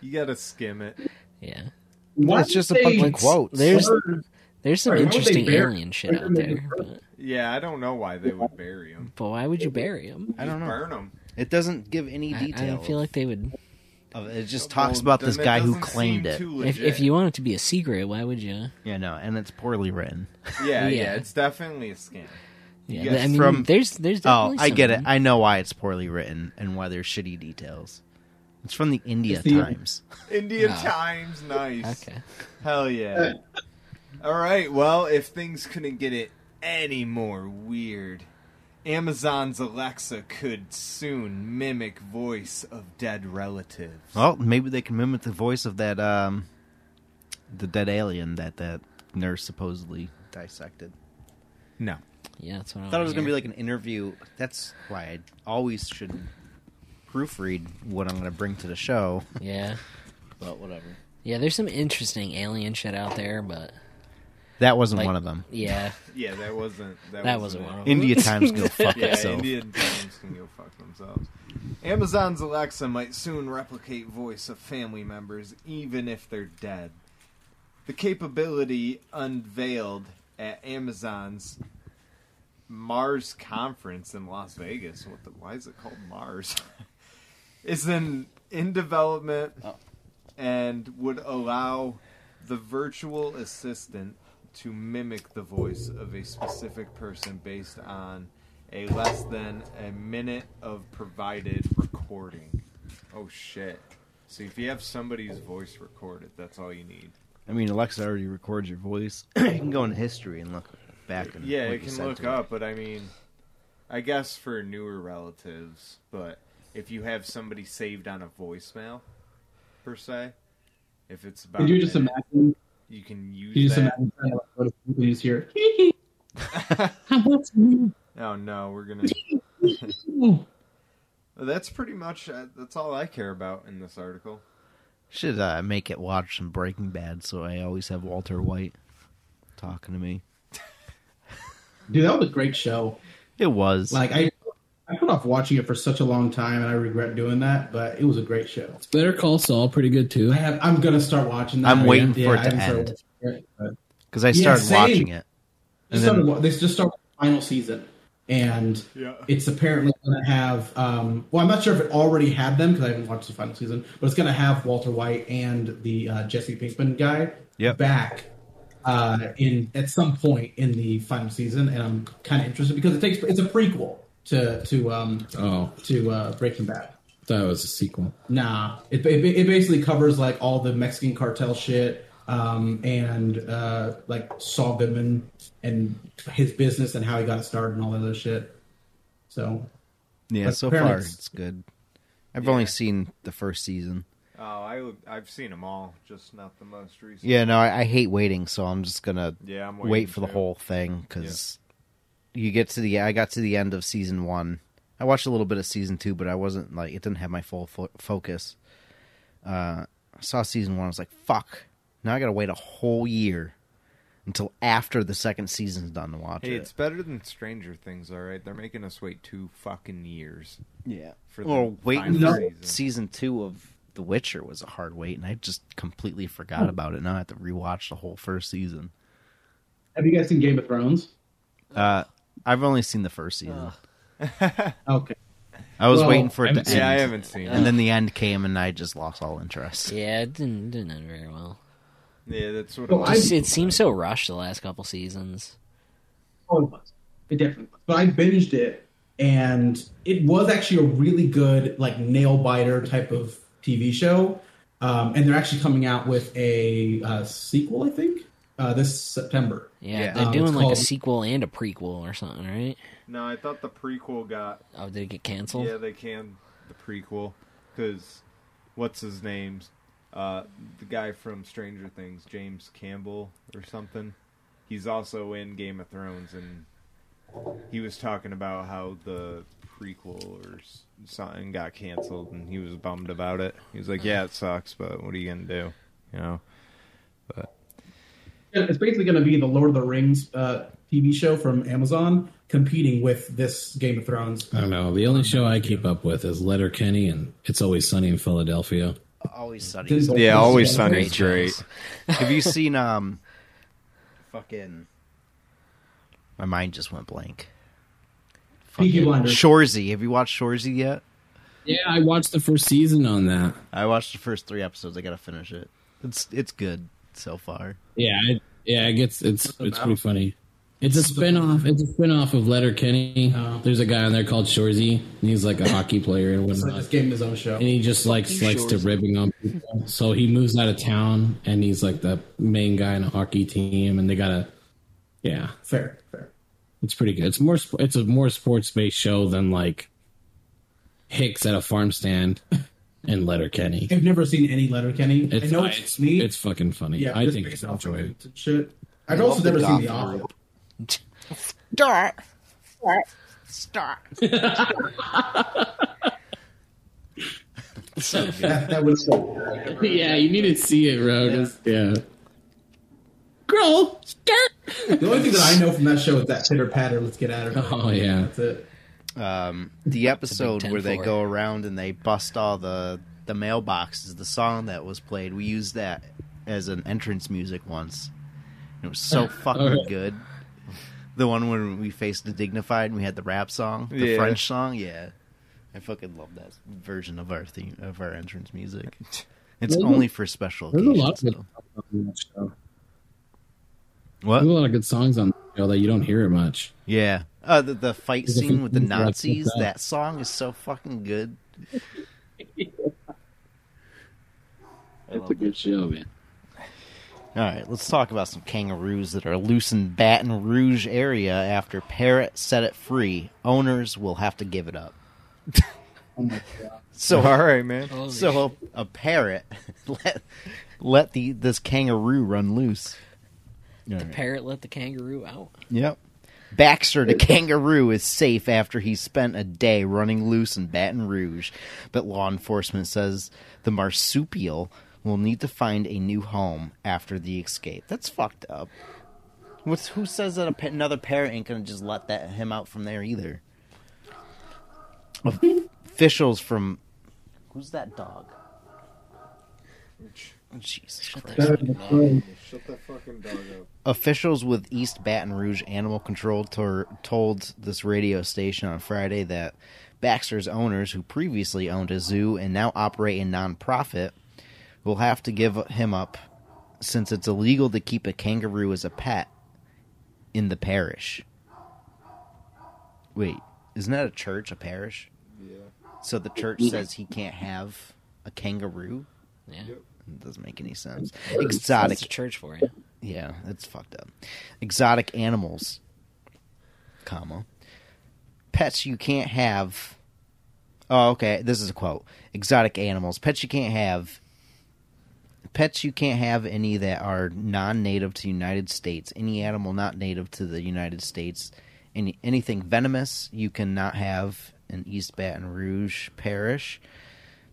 S3: you gotta skim it.
S5: yeah.
S2: Why
S8: it's just a
S2: would
S8: bunch
S2: they
S8: of quotes.
S5: There's
S2: burn-
S5: there's some
S2: Sorry, why would they
S5: interesting
S2: bury-
S5: alien shit
S2: why
S5: out
S2: would they
S5: there,
S2: bury-
S5: but,
S3: Yeah, I don't know why they would bury him.
S5: but why would you bury him?
S8: I don't know.
S3: Burn him.
S8: It doesn't give any
S5: I, I
S8: detail.
S5: don't feel like they would.
S8: of it. It just talks about this guy who claimed it.
S5: If, if you want it to be a secret, why would you?
S8: Yeah, no, and it's poorly written.
S3: yeah, yeah,
S5: Yeah.
S3: it's definitely a scam.
S5: Yeah,
S3: Yes,
S5: I mean,
S8: from-
S5: there's there's
S8: Oh,
S5: definitely
S8: I get it.
S5: some-
S8: I know why it's poorly written and why there's shitty details. It's from the India
S2: It's the-
S8: Times.
S3: India
S5: No.
S3: Times, nice.
S5: okay.
S3: Hell yeah. All right, well, if things couldn't get it any more weird, Amazon's Alexa could soon mimic voice of dead relatives.
S8: Well, maybe they can mimic the voice of that um, the dead alien that that nurse supposedly dissected.
S3: No.
S5: Yeah, that's what I
S8: I thought it was
S5: going
S8: gonna be like an interview. That's why I always should proofread what I'm gonna bring to the show.
S5: Yeah,
S8: But whatever.
S5: yeah. There's some interesting alien shit out there, but
S8: That wasn't
S5: Like-
S8: one of them.
S5: yeah,
S3: Yeah, that wasn't that,
S5: that
S3: wasn't
S5: wasn't
S3: it.
S5: one. of them.
S8: *laughs* India Times go fuck
S3: Yeah,
S8: itself.
S3: Indian Times can go fuck themselves. Amazon's Alexa might soon replicate voice of family members, even if they're dead. The capability unveiled at Amazon's Mars conference in Las Vegas. What the? Why is it called Mars? *laughs* is in in development
S8: Oh.
S3: and would allow the virtual assistant to mimic the voice of a specific person based on a less than a minute of provided recording. Oh shit. So if you have somebody's voice recorded, that's all you need.
S8: I mean, Alexa already records your voice. you can go in history and look back. And
S3: Yeah, it
S8: what Mm-hmm. you
S3: can
S8: said
S3: look
S8: to it.
S3: up, but I mean I guess for newer relatives, but if you have somebody saved on a voicemail per se, if it's about
S2: Could you
S3: a
S2: just
S3: minute,
S2: imagine?
S3: you can use
S2: Could you just
S3: that.
S2: imagine? trying to, like, go to sleep and you just hear,
S6: How about you?
S3: Oh no,
S2: *laughs*
S3: we're gonna. that's pretty much uh, that's all I care about in this article.
S8: Should uh, make it watch some Breaking Bad so I always have Walter White talking to me.
S2: dude, that was a great show.
S8: It was
S2: Like I, I put off watching it for such a long time, and I regret doing that. But it was a great show.
S6: Better Call Saul, pretty good too.
S2: I have, I'm gonna start watching. that.
S8: I'm waiting for it
S2: I
S8: to
S2: haven't started
S8: end.
S2: watching it, but-
S8: because I
S2: Yeah,
S8: started
S2: same.
S8: watching it.
S2: Just
S8: And then-
S2: started wa- they just started the final season, and
S3: Yeah.
S2: it's apparently going to have. Um, well, I'm not sure if it already had them because I haven't watched the final season, but it's going to have Walter White and the uh, Jesse Pinkman guy
S8: Yep.
S2: back uh, in at some point in the final season, and I'm kind of interested because it takes it's a prequel to to um,
S6: Oh,
S2: to uh, Breaking Bad.
S6: that was a sequel.
S2: Nah, it, it it basically covers like all the Mexican cartel shit, um, and uh, like Saul Goodman and his business and how he got started and all that other shit. So
S8: Yeah,
S2: But
S8: so
S2: apparently
S8: far
S2: it's-
S8: it's good. I've only seen the first season.
S3: Oh, I I've seen them all, just not the most recent.
S8: Yeah, no, I, I hate waiting, so I'm just gonna
S3: Yeah, I'm waiting
S8: wait for the
S3: too.
S8: whole thing because you get to the. I got to the end of season one. I watched a little bit of season two, but I wasn't like it didn't have my full fo- focus. Uh, I saw season one. I was like, "Fuck!" Now I gotta wait a whole year until after the second season's done to watch
S3: Hey,
S8: it.
S3: it's better than Stranger Things, all right? They're making us wait two fucking years.
S8: yeah,
S3: for the
S8: well, wait
S3: final
S8: until
S3: season.
S8: season two of The Witcher was a hard wait, and I just completely forgot about it. Now I have to rewatch the whole first season.
S2: have you guys seen Game of Thrones?
S8: Uh, I've only seen the first season.
S2: Okay,
S8: I was
S2: Well,
S8: waiting for it to
S6: I'm-
S8: end.
S3: Yeah, I haven't seen
S8: And
S3: it.
S8: then the end came, and I just lost all interest.
S5: Yeah, it didn't didn't end very well.
S3: Yeah, that's what.
S2: Well,
S3: I'm,
S2: I-
S5: Just, it seems so rushed the last couple seasons.
S2: oh, it was. It definitely was. But I binged it, and it was actually a really good like nail biter type of TV show. Um, and they're actually coming out with a uh, sequel, I think, uh, this September.
S5: Yeah,
S8: Yeah. Oh,
S5: they're
S2: Um,
S5: doing
S2: it's
S5: like a
S2: called-
S5: sequel and a prequel or something, right?
S3: no, I thought the prequel got.
S5: Oh, did it get canceled?
S3: Yeah, they can the prequel because what's his name's uh, the guy from Stranger Things, James Campbell or something. He's also in Game of Thrones, and he was talking about how the prequel or s- something got canceled, and he was bummed about it. He was like, "Yeah, it sucks, but what are you gonna do?" You know.
S2: Yeah, it's basically going to be the Lord of the Rings uh, TV show from Amazon competing with this Game of Thrones.
S6: I don't know. The only show I keep up with is Letter Kenny and It's Always Sunny in Philadelphia.
S8: Always sunny.
S2: Didn't-
S3: Yeah,
S2: This
S3: Always
S2: is
S3: Sunny
S2: great
S3: is great.
S8: Have you seen um fucking My mind just went blank.
S2: Peaky Blinders.
S8: Shorzy. Have you watched Shorzy yet?
S6: Yeah, I watched the first season on that.
S8: I watched the first 3 episodes. I got to finish it. It's it's good so far.
S6: Yeah, it, yeah, it gets it's it's pretty funny. It's a spin-off. It's a spin-off of Letter Kenny.
S2: Oh.
S6: There's a guy on there called Shorzy, and he's like a hockey player and
S2: It's
S6: whatnot.
S2: like this game his own show.
S6: and he just likes likes to ribbing on people. So he moves out of town, and he's like the main guy in a hockey team, and they gotta, yeah,
S2: Fair, fair.
S6: it's pretty good. It's more sp- it's a more sports based show than like Hicks at a farm stand and Letterkenny.
S2: I've never seen any Letter Kenny. I
S6: It's
S2: know
S6: it's,
S2: it's
S6: it's,
S2: neat.
S6: fucking funny.
S2: yeah,
S6: I
S2: just
S6: think
S2: based
S6: I'll
S2: off
S6: enjoy it.
S2: of and Shit. I've also never seen The Office.
S6: *laughs*
S2: That, that was
S6: *laughs* Yeah, you need to see it, bro. Just- Yeah. Girl, skirt.
S2: the only thing that I know from that show is that pitter patter. Let's get at it.
S6: Oh yeah.
S2: That's it.
S8: Um the episode where they
S5: 10-4.
S8: go around and they bust all the the mailboxes, the song that was played. We used that as an entrance music once. It was
S6: *laughs*
S8: so fucking
S6: Alright.
S8: good. The one when we faced the dignified and we had the rap song, the
S3: Yeah.
S8: French song, yeah. I fucking love that version of our theme of our entrance music. It's
S6: There's a-
S8: only for special
S6: There's a
S8: occasions.
S6: lot of good
S8: though.
S6: on that show. There's
S8: What?
S6: a lot of good songs on the show that you don't hear much.
S8: Yeah. Uh, the, the fight
S6: There's a
S8: scene with the
S6: few things that I
S8: Nazis,
S6: picked up.
S8: that song is so fucking good.
S6: It's a good show, man.
S8: All right, let's talk about some kangaroos that are loose in Baton Rouge area after parrot set it free. Owners will have to give it up.
S3: All
S8: so,
S3: right, man.
S8: so a, a parrot *laughs* let let the this kangaroo run loose.
S5: The parrot let the kangaroo out.
S8: Yep. Baxter the kangaroo is safe after he spent a day running loose in Baton Rouge, but law enforcement says the marsupial will need to find a new home after the escape. That's fucked up. What's who says that a, pa- another parrot ain't gonna just let that him out from there either? Officials from who's that dog? Jesus Christ
S3: Shut that fucking dog up.
S8: officials with East Baton Rouge Animal Control tor- told this radio station on Friday that Baxter's owners, who previously owned a zoo and now operate a nonprofit, will have to give him up since it's illegal to keep a kangaroo as a pet in the parish. Wait, isn't that a church, a parish? Yeah. So the church says he can't have a kangaroo?
S5: Yeah.
S8: It doesn't make any sense.
S5: That's
S8: Exotic
S5: a church for you.
S8: yeah, that's fucked up. Exotic animals, comma. Pets you can't have. Oh, okay. This is a quote. Exotic animals. Pets you can't have. Pets you can't have any that are non-native to the United States. Any animal not native to the United States. Any anything venomous you cannot have in East Baton Rouge Parish,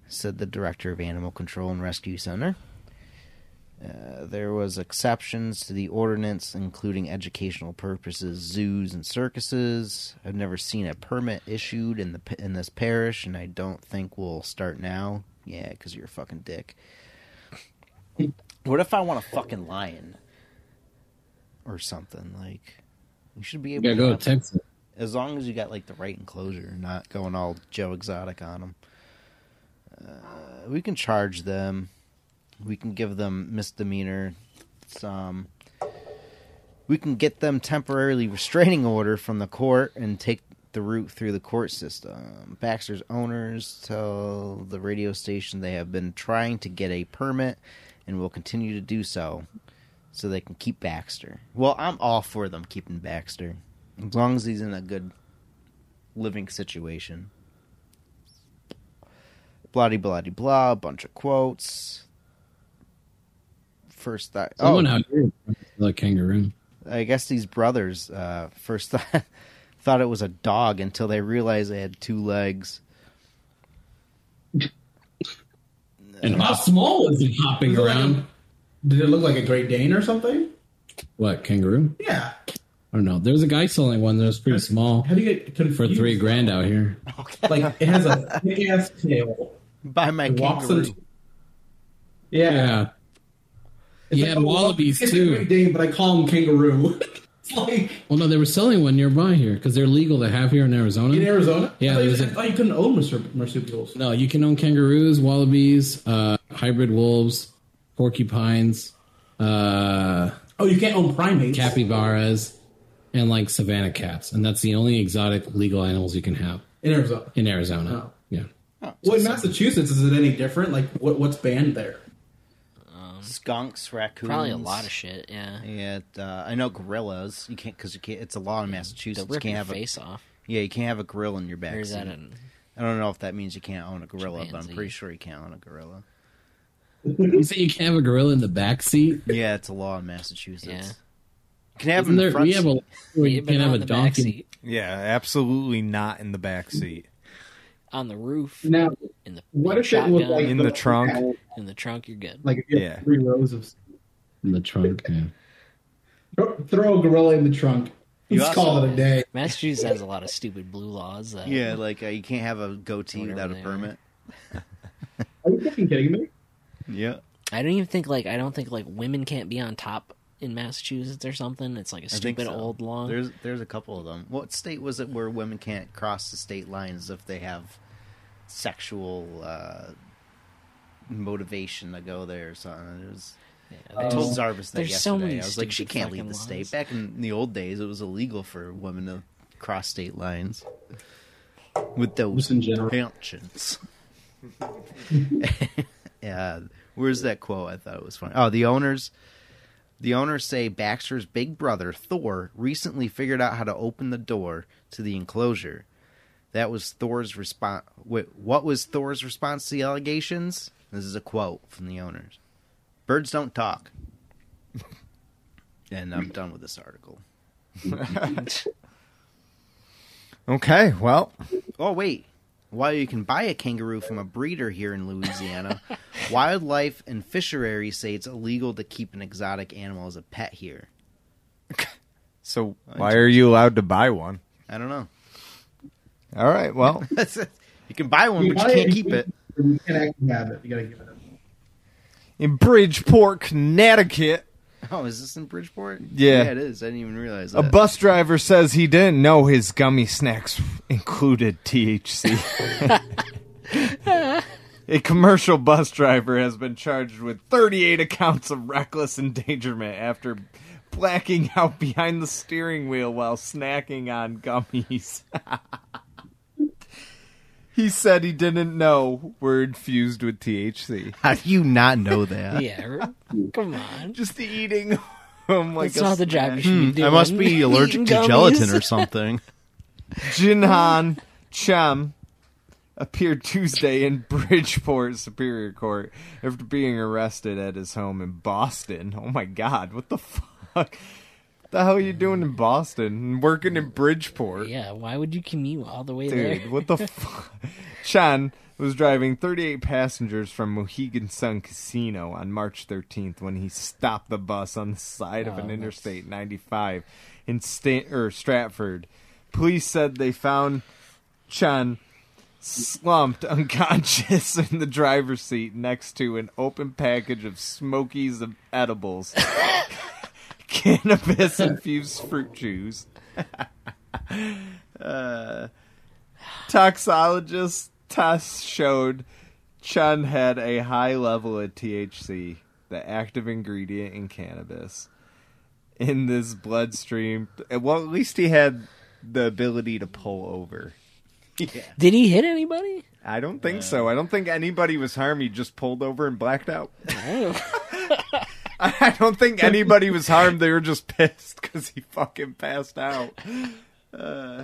S8: said the director of Animal Control and Rescue Center. Uh, there was exceptions to the ordinance including educational purposes zoos and circuses i've never seen a permit issued in the p- in this parish and i don't think we'll start now yeah because you're a fucking dick what if i want a fucking lion or something like you should be
S6: You
S8: able
S6: gotta
S8: to
S6: go to
S8: have-
S6: Texas.
S8: as long as you got like the right enclosure, not going all Joe Exotic on them. Uh, we can charge them. We can give them misdemeanor. Some. We can get them temporarily restraining order from the court and take the route through the court system. Baxter's owners tell the radio station they have been trying to get a permit and will continue to do so so they can keep Baxter. Well, I'm all for them keeping Baxter as long as he's in a good living situation. Bloody blah de blah, bunch of quotes. First thought.
S6: Someone
S8: oh,
S6: out here like kangaroo.
S8: I guess these brothers uh, first *laughs* thought, thought it was a dog until they realized they had two legs.
S6: And how small is it hopping around?
S2: Did it look like a Great Dane or something?
S6: What kangaroo?
S2: Yeah.
S6: I don't know. There was a guy selling one that was pretty small
S2: How do you get confused?
S6: for three grand out here.
S2: Like it has a thick ass tail.
S8: Buy my
S2: It walks
S8: kangaroo.
S2: into. Yeah.
S6: Yeah.
S2: It's
S6: He had wallabies,
S2: Oh, it's a
S6: too.
S2: great Dane, but I call him kangaroo. *laughs* it's like
S6: Well, no, they were selling one nearby here because they're legal to have here in Arizona.
S2: in Arizona. I
S6: Yeah,
S2: thought, you,
S6: there's
S2: I
S6: a-
S2: thought you couldn't own marsup- marsupials.
S6: No, you can own kangaroos, wallabies, uh, hybrid wolves, porcupines, uh,
S2: Oh, you can't own primates.
S6: capybaras, and like savannah cats, and that's the only exotic legal animals you can have
S2: in Arizona.
S6: in Arizona.
S2: Oh.
S6: Yeah,
S2: Well, in Massachusetts, is it any different? Like, what what's banned there?
S8: Skunks, raccoons.
S5: Probably a lot of shit. Yeah,
S8: Yeah, uh, I know gorillas. You can't because you can't. It's a law in
S5: they'll
S8: Massachusetts. You
S5: rip
S8: can't
S5: your
S8: have a
S5: face off.
S8: yeah. You can't have a gorilla in your back.
S5: Where's that
S8: seat.
S5: in?
S8: I don't know if that means you can't own a gorilla, but
S5: Chimpanzee.
S8: I'm pretty sure you can't own a gorilla.
S6: you say you can have a gorilla in the back seat.
S8: Yeah, it's a law in Massachusetts.
S5: Yeah.
S8: You can have them
S6: Isn't
S8: in the
S6: there,
S8: front.
S6: we have a where you
S5: Yeah, but
S6: can
S5: not
S6: have a
S5: in the back
S6: donkey.
S5: seat.
S3: Yeah, absolutely not in the back seat.
S5: on the roof
S10: Now,
S5: in the
S10: what if it
S5: shotgun,
S10: was like
S3: In the trunk.
S5: in the trunk. You're good.
S10: Like if you have
S3: Yeah.
S10: three rows of
S6: in the trunk. Yeah.
S10: throw, throw a gorilla in the trunk.
S8: You
S10: Let's
S8: also-
S10: call it a day.
S5: Massachusetts has a lot of stupid blue laws. That,
S8: Yeah, like uh, you can't have a goatee
S5: Whatever
S8: without a
S5: they are.
S8: permit.
S10: Are you fucking kidding me?
S8: Yeah,
S5: I don't even think like I don't think like women can't be on top in Massachusetts or something. It's like a
S8: I think
S5: stupid
S8: so.
S5: old law.
S8: There's there's a couple of them. What state was it where women can't cross the state lines if they have sexual uh, motivation to go there or something? It was
S5: Yeah,
S8: I
S5: there's-
S8: told Zarvis that yesterday.
S5: there's so many
S8: I was like, she
S5: stupid
S8: can't leave
S5: fucking
S8: the state.
S5: laws.
S8: Back in the old days, it was illegal for women to cross state lines with those
S10: Just in general.
S8: pensions. *laughs* yeah, where's that quote? I thought it was funny. Oh, the owners. The owners say Baxter's big brother, Thor, recently figured out how to open the door to the enclosure. That was Thor's response. What was Thor's response to the allegations? This is a quote from the owners Birds
S10: *laughs*
S8: don't talk. and I'm done with this article.
S3: Okay, well,
S8: Oh, wait. While you can buy a kangaroo from a breeder here in *laughs* Louisiana, wildlife and fisheries say it's illegal to keep an exotic animal as a pet here.
S3: so why are you allowed to buy one?
S8: I don't know. *laughs*
S3: All right, well,
S8: you can buy one, but
S10: buy
S8: you can't
S10: it,
S8: keep it.
S2: You can't actually have it. You gotta give it up.
S3: in Bridgeport, Connecticut,
S8: Oh, is this in Bridgeport?
S3: Yeah.
S8: it is. I didn't even realize
S3: a
S8: that.
S3: bus driver says he didn't know his gummy snacks included THC. a commercial bus driver has been charged with 38 accounts of reckless endangerment after blacking out behind the steering wheel while snacking on gummies. *laughs* he said he didn't know were infused with THC.
S8: How do you not know that?
S5: yeah, come on.
S3: Just eating *laughs* them like
S5: That's
S3: a
S5: not the job you
S3: snack.
S5: should be doing.
S8: *laughs* Hmm, I must
S5: *laughs*
S8: be allergic
S5: Eating
S8: to
S5: gummies.
S8: gelatin or something.
S3: Jinhan Chem appeared Tuesday in Bridgeport Superior Court after being arrested at his home in Boston. Oh my god, what the fuck? The hell are you doing in Boston and working in Bridgeport?
S5: Yeah, why would you commute all the way
S3: Dude,
S5: there?
S3: what
S5: *laughs*
S3: the fuck? Chan was driving 38 passengers from Mohegan Sun Casino on March 13th when he stopped the bus on the side
S5: Oh,
S3: of an Interstate 95 in Sta- or Stratford. Police said they found Chan slumped unconscious *laughs* in the driver's seat next to an open package of Smokies and
S5: *laughs*
S3: edibles, *laughs* cannabis infused fruit juice. Toxologist tests showed Chen had a high level of THC, the active ingredient in cannabis, in this bloodstream. Well, at least he had the ability to pull over.
S5: Did he hit anybody?
S3: I don't think so. I don't think anybody was harmed. He just pulled over and blacked out. *laughs*
S5: *laughs* Oh.
S3: I don't think anybody was harmed. They were just pissed because he fucking passed out. Uh,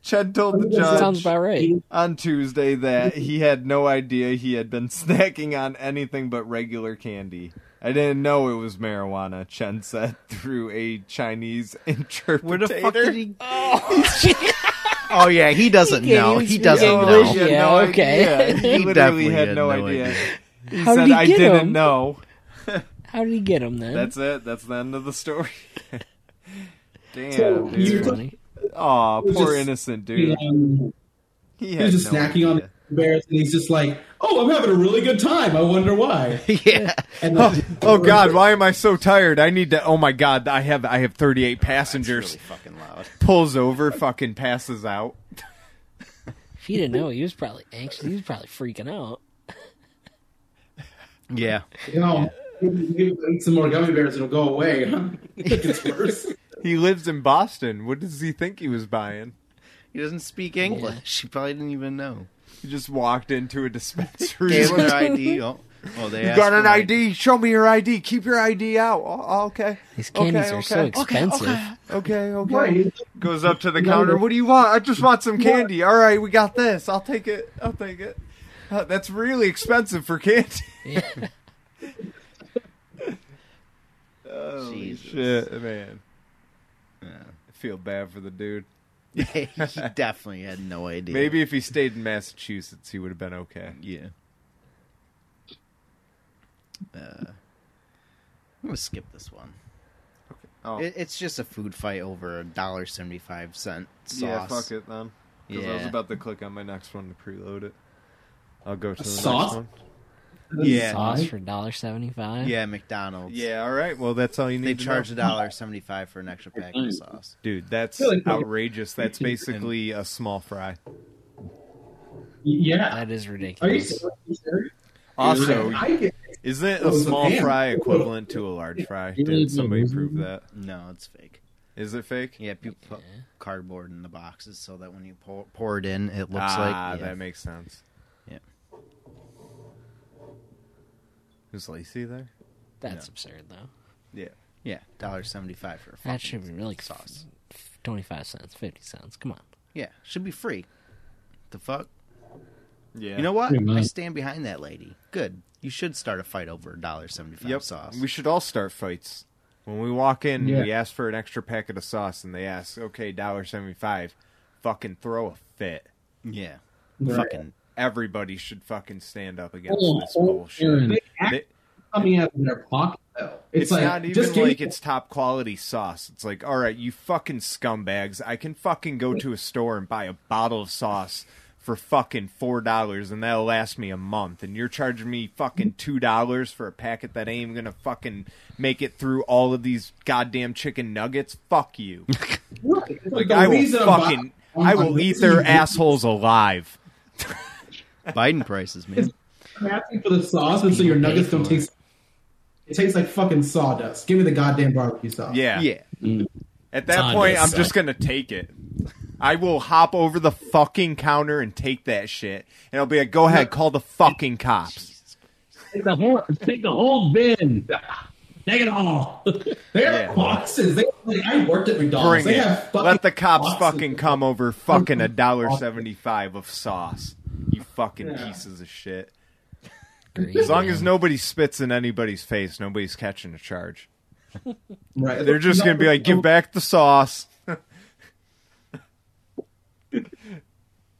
S3: Chen told the judge.
S5: Sounds about right. *laughs*
S3: on Tuesday that he had no idea he had been *laughs* snacking on anything but regular candy. I didn't know it was marijuana, Chen said *laughs* through a Chinese *laughs* interpreter.
S8: Where *laughs* the fuck did he? Oh, yeah, he doesn't
S5: He can't
S8: know.
S5: even
S8: He
S5: speak
S8: doesn't *laughs*
S5: English.
S8: know.
S5: Yeah, okay.
S3: idea. He,
S8: He
S3: literally
S8: definitely
S3: had,
S8: had
S3: no
S8: no
S3: idea. He
S5: How
S3: said,
S5: did he
S3: "I
S5: get
S3: didn't
S5: him?"
S3: know."
S5: How did he get him then?
S3: That's it. That's the end of the story. *laughs* Damn,
S7: So,
S3: dude.
S7: you-
S5: Funny.
S3: Aw,
S2: It was
S3: poor
S2: just-
S3: innocent
S2: He,
S3: dude.
S2: um,
S3: He
S2: he was
S3: had
S2: just
S3: no
S2: snacking on
S3: idea.
S2: bears, and he's just like, "Oh, I'm having a really good time. I wonder
S3: *laughs*
S2: why."
S4: yeah.
S2: And
S3: Oh,
S2: then-
S3: oh God! Why am I so tired? I need to. Oh my God! I have I have thirty eight
S8: It's
S3: passengers.
S8: really fucking loud.
S3: Pulls over, fucking passes out.
S5: If he didn't know, he was probably anxious. He was probably freaking out.
S3: Yeah,
S2: you know, eat some more gummy bears, it'll go away. Huh? *laughs* it gets worse.
S3: he lives in Boston. What does he think he was buying?
S4: He doesn't speak English. He probably didn't even know.
S3: He just walked into a dispensary.
S8: Gave
S5: *laughs*
S8: him
S3: *laughs*
S8: their ID. Oh, well, they
S3: You
S8: asked
S3: got
S8: for
S3: an
S8: my-
S3: ID? Show me your ID. Keep your ID out. Oh, oh, okay.
S5: These candies
S3: okay,
S5: are
S3: okay.
S5: so expensive.
S3: Okay, okay.
S2: Right.
S3: Goes up to the counter. What do you want? I just want some candy. All right, we got this. I'll take it. I'll take it. Uh, that's really expensive for candy. Holy
S8: Jesus.
S3: *laughs* shit, man.
S8: Yeah.
S3: I feel bad for the dude.
S8: *laughs* he definitely had no idea.
S3: Maybe if he stayed in Massachusetts, he would have been okay.
S8: Yeah. Uh, I'm gonna skip this one.
S3: Oh,
S8: It, it's just a food fight over a dollar seventy-five cent sauce.
S3: yeah, fuck it then. Because I was
S8: Yeah.
S3: about to click on my next one to preload it. I'll go to the next
S2: sauce?
S3: one.
S8: Yeah.
S5: Sauce for dollar seventy five.
S8: Yeah, McDonald's.
S3: Yeah, all right. Well, that's all you need.
S8: They
S3: to
S8: charge
S3: know.
S8: a dollar seventy-five for an extra packet of sauce.
S3: dude. That's
S2: Really?
S3: outrageous. That's basically a small fry.
S7: Yeah.
S5: That is
S7: Are you
S5: ridiculous.
S7: serious?
S3: Also,
S2: I get
S3: isn't
S2: Oh,
S3: a
S2: it's a
S3: small
S2: pan.
S3: fry equivalent to a large fry? Did somebody prove that?
S8: No, it's fake.
S3: Is it fake?
S8: Yeah, people put cardboard in the boxes so that when you pour, pour it in, it looks
S3: ah,
S8: like. yeah.
S3: that makes sense.
S8: Yeah.
S3: Is Lacey there?
S5: That's absurd though.
S3: Yeah.
S8: Yeah, dollar seventy-five for a
S5: That
S8: fucking
S5: should be really
S8: sauce.
S5: Twenty five cents, fifty cents. Come on.
S8: Yeah, should be free. The fuck.
S3: Yeah.
S8: You know what?
S6: Pretty
S8: I
S6: much.
S8: stand behind that lady. Good. You should start a fight over a dollar seventy-five
S3: Yep.
S8: sauce.
S3: We should all start fights. When we walk in,
S7: Yeah.
S3: we ask for an extra packet of sauce, and they ask, "Okay, dollar seventy-five. Fucking throw a fit.
S8: yeah.
S2: Right.
S8: Fucking.
S3: Everybody should fucking stand up against
S6: Oh,
S3: this
S6: oh,
S3: bullshit.
S6: Aaron.
S3: They-
S2: coming out of their pocket though. It's,
S3: It's,
S2: like
S3: not even
S2: just give me-
S3: like it's top quality sauce. It's like, all right, you fucking scumbags. I can fucking go to a store and buy a bottle of sauce for fucking four dollars, and that'll last me a month. And you're charging me fucking two dollars for a packet that ain't even gonna fucking make it through all of these goddamn chicken nuggets.
S2: *laughs*
S3: Fuck you.
S2: Right. It's
S3: Like
S2: the
S3: I will
S2: reason I'm buying-
S3: fucking, I will eat their assholes alive.
S8: Biden prices, man.
S2: I'm asking for the sauce, and so your nuggets don't taste. It tastes like fucking sawdust. Give me the goddamn barbecue sauce.
S3: *laughs* Yeah,
S8: Yeah.
S3: At
S6: It's
S3: that
S6: on
S3: point,
S6: this
S3: I'm
S6: side.
S3: just gonna take it. I will hop over the fucking counter and take that shit, and I'll be like, "Go ahead, call the fucking cops."
S6: Take the whole, take the whole bin. *laughs* Take it all. *laughs*
S2: They
S3: Yeah.
S2: have boxes. They, like, I worked at McDonald's.
S3: Bring
S2: they
S3: it.
S2: have fucking
S3: Let the cops
S2: boxes.
S3: fucking come over. Fucking a dollar seventy-five of sauce. You fucking
S2: Yeah.
S3: pieces of shit.
S5: Great,
S3: As long
S5: man.
S3: as nobody spits in anybody's face, nobody's catching a charge.
S2: Right. Oh
S3: They're just gonna be like, "Give back the sauce."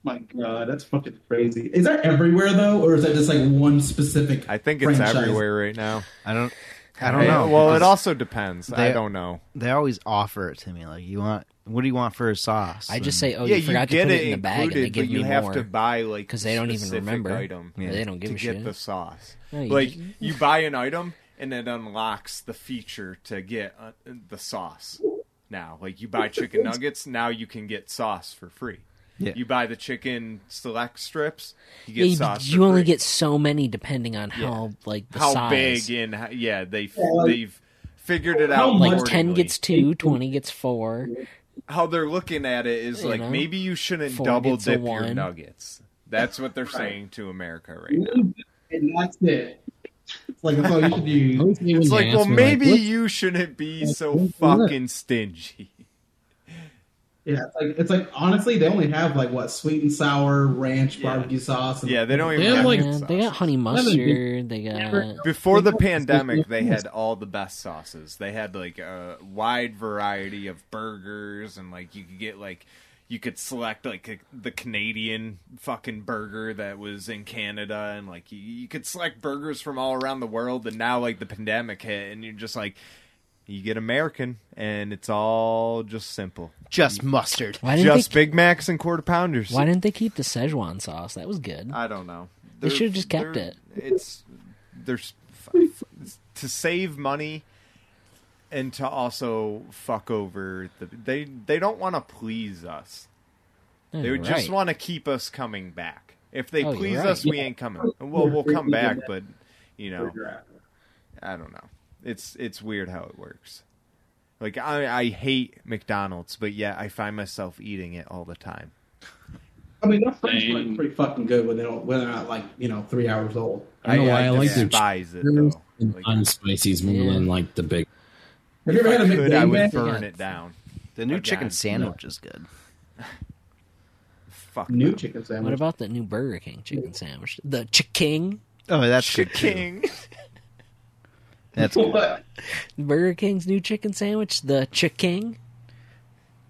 S2: My God, that's fucking crazy. Is that everywhere though, or is that just like one specific?
S3: I think it's
S2: franchise?
S3: everywhere right now.
S8: I don't. I don't know.
S3: Well, it
S8: because
S3: also depends. I
S8: they-
S3: don't know.
S8: They always offer it to me. Like, you want? What do you want for a sauce?
S5: I just say, oh,
S3: yeah,
S5: you
S3: you,
S5: forgot
S3: get
S5: to put
S3: it
S5: it in the bag, and
S3: included,
S5: they give
S3: but you
S5: me
S3: have
S5: more.
S3: to buy like
S5: 'Cause they don't even
S3: specific
S5: remember.
S3: Item
S5: Yeah, they don't give
S3: to
S5: a
S3: get
S5: shit.
S3: the sauce.
S5: No, you-
S3: like
S5: *laughs*
S3: you buy an item and it unlocks the feature to get uh, the sauce. Now, like you buy
S5: *laughs*
S3: chicken nuggets, now you can get sauce for free.
S8: Yeah.
S3: You buy the chicken select strips, you
S5: Yeah,
S3: get
S5: you,
S3: sauce.
S5: you
S3: for
S5: only
S3: free.
S5: get so many depending on how like the
S3: how
S5: size.
S3: big and how, yeah, they have
S2: like-
S3: they've figured it out.
S5: like ten
S3: accordingly.
S5: gets two, 20 gets four.
S3: how they're looking at it is
S5: You
S3: like
S5: know,
S3: maybe you shouldn't
S5: four
S3: double
S5: gets a
S3: dip your
S5: one.
S3: nuggets. That's what they're saying to America right now.
S2: and that's it. It's like that's all you should use.
S3: It's like, well, maybe you shouldn't be so
S6: what's
S3: fucking stingy. *laughs*
S2: Yeah, it's like it's like honestly, they only have like what sweet and sour ranch
S3: Yeah.
S2: barbecue sauce. And,
S3: Yeah, they don't even
S6: They have,
S3: have
S6: like-
S3: good
S5: Yeah, they got
S3: sauces.
S5: honey mustard. They got
S3: Before the
S6: They have-
S3: pandemic, they had all the best sauces. They had like a wide variety of burgers, and like you could get like you could select like a, the Canadian fucking burger that was in Canada, and like you, you could select burgers from all around the world. And now like the pandemic hit, and you're just like, You get American, and it's all just simple.
S8: Just mustard.
S5: *laughs* Why didn't
S3: Just
S5: they-
S3: Big Macs and quarter pounders.
S5: Why didn't they keep the Szechuan sauce? That was good.
S3: I don't know.
S5: They
S3: They're-
S5: should've just kept
S3: they're-
S5: it.
S3: It's there's to save money and to also fuck over the they they don't want to please us.
S5: Yeah,
S3: they
S5: you're
S3: would just
S5: right.
S3: want to keep us coming back. If they
S5: Oh, you're
S3: please
S5: right.
S3: us, we
S5: Yeah.
S3: ain't coming. Well, we'll come
S7: Yeah.
S3: back, but you know, I don't know. It's it's weird how it works. Like I I hate McDonald's, but yet I find myself eating it all the time.
S2: I mean, their French fries are pretty fucking good when they don't when they're not like you know three hours old.
S6: I don't know why I, like their
S3: despise it
S6: chicken
S3: though.
S6: and unspicy's more
S5: Yeah.
S6: than like the big.
S2: Have you ever had a
S3: Could I would
S2: McDonald's?
S3: burn it down.
S8: The new
S3: Again.
S8: chicken sandwich is good.
S3: Fuck
S2: New
S3: no.
S2: chicken
S5: What
S2: sandwich.
S5: about the new Burger King chicken sandwich? The chicken
S8: Oh, that's good. too.
S3: chicken.
S8: That's good.
S7: What?
S5: Burger King's new chicken sandwich. The chicken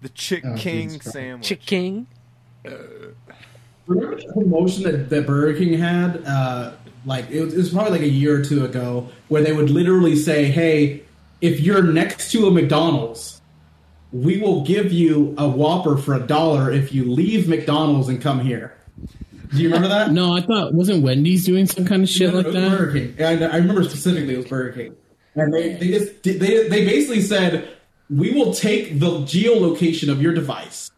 S3: The Chick
S2: Oh,
S3: King
S2: Jesus Christ.
S3: sandwich.
S5: chicken.
S2: Remember the promotion that, that Burger King had? Uh, like it was, it was probably like a year or two ago, where they would literally say, "Hey, if you're next to a McDonald's, we will give you a Whopper for a dollar if you leave McDonald's and come here." Do you remember that?
S6: No, I thought wasn't Wendy's doing some kind of shit
S2: No, no,
S6: like
S2: it was
S6: that.
S2: Burger King. Yeah, I, I remember specifically it was Burger King, and they, they just they they basically said we will take the geolocation of your device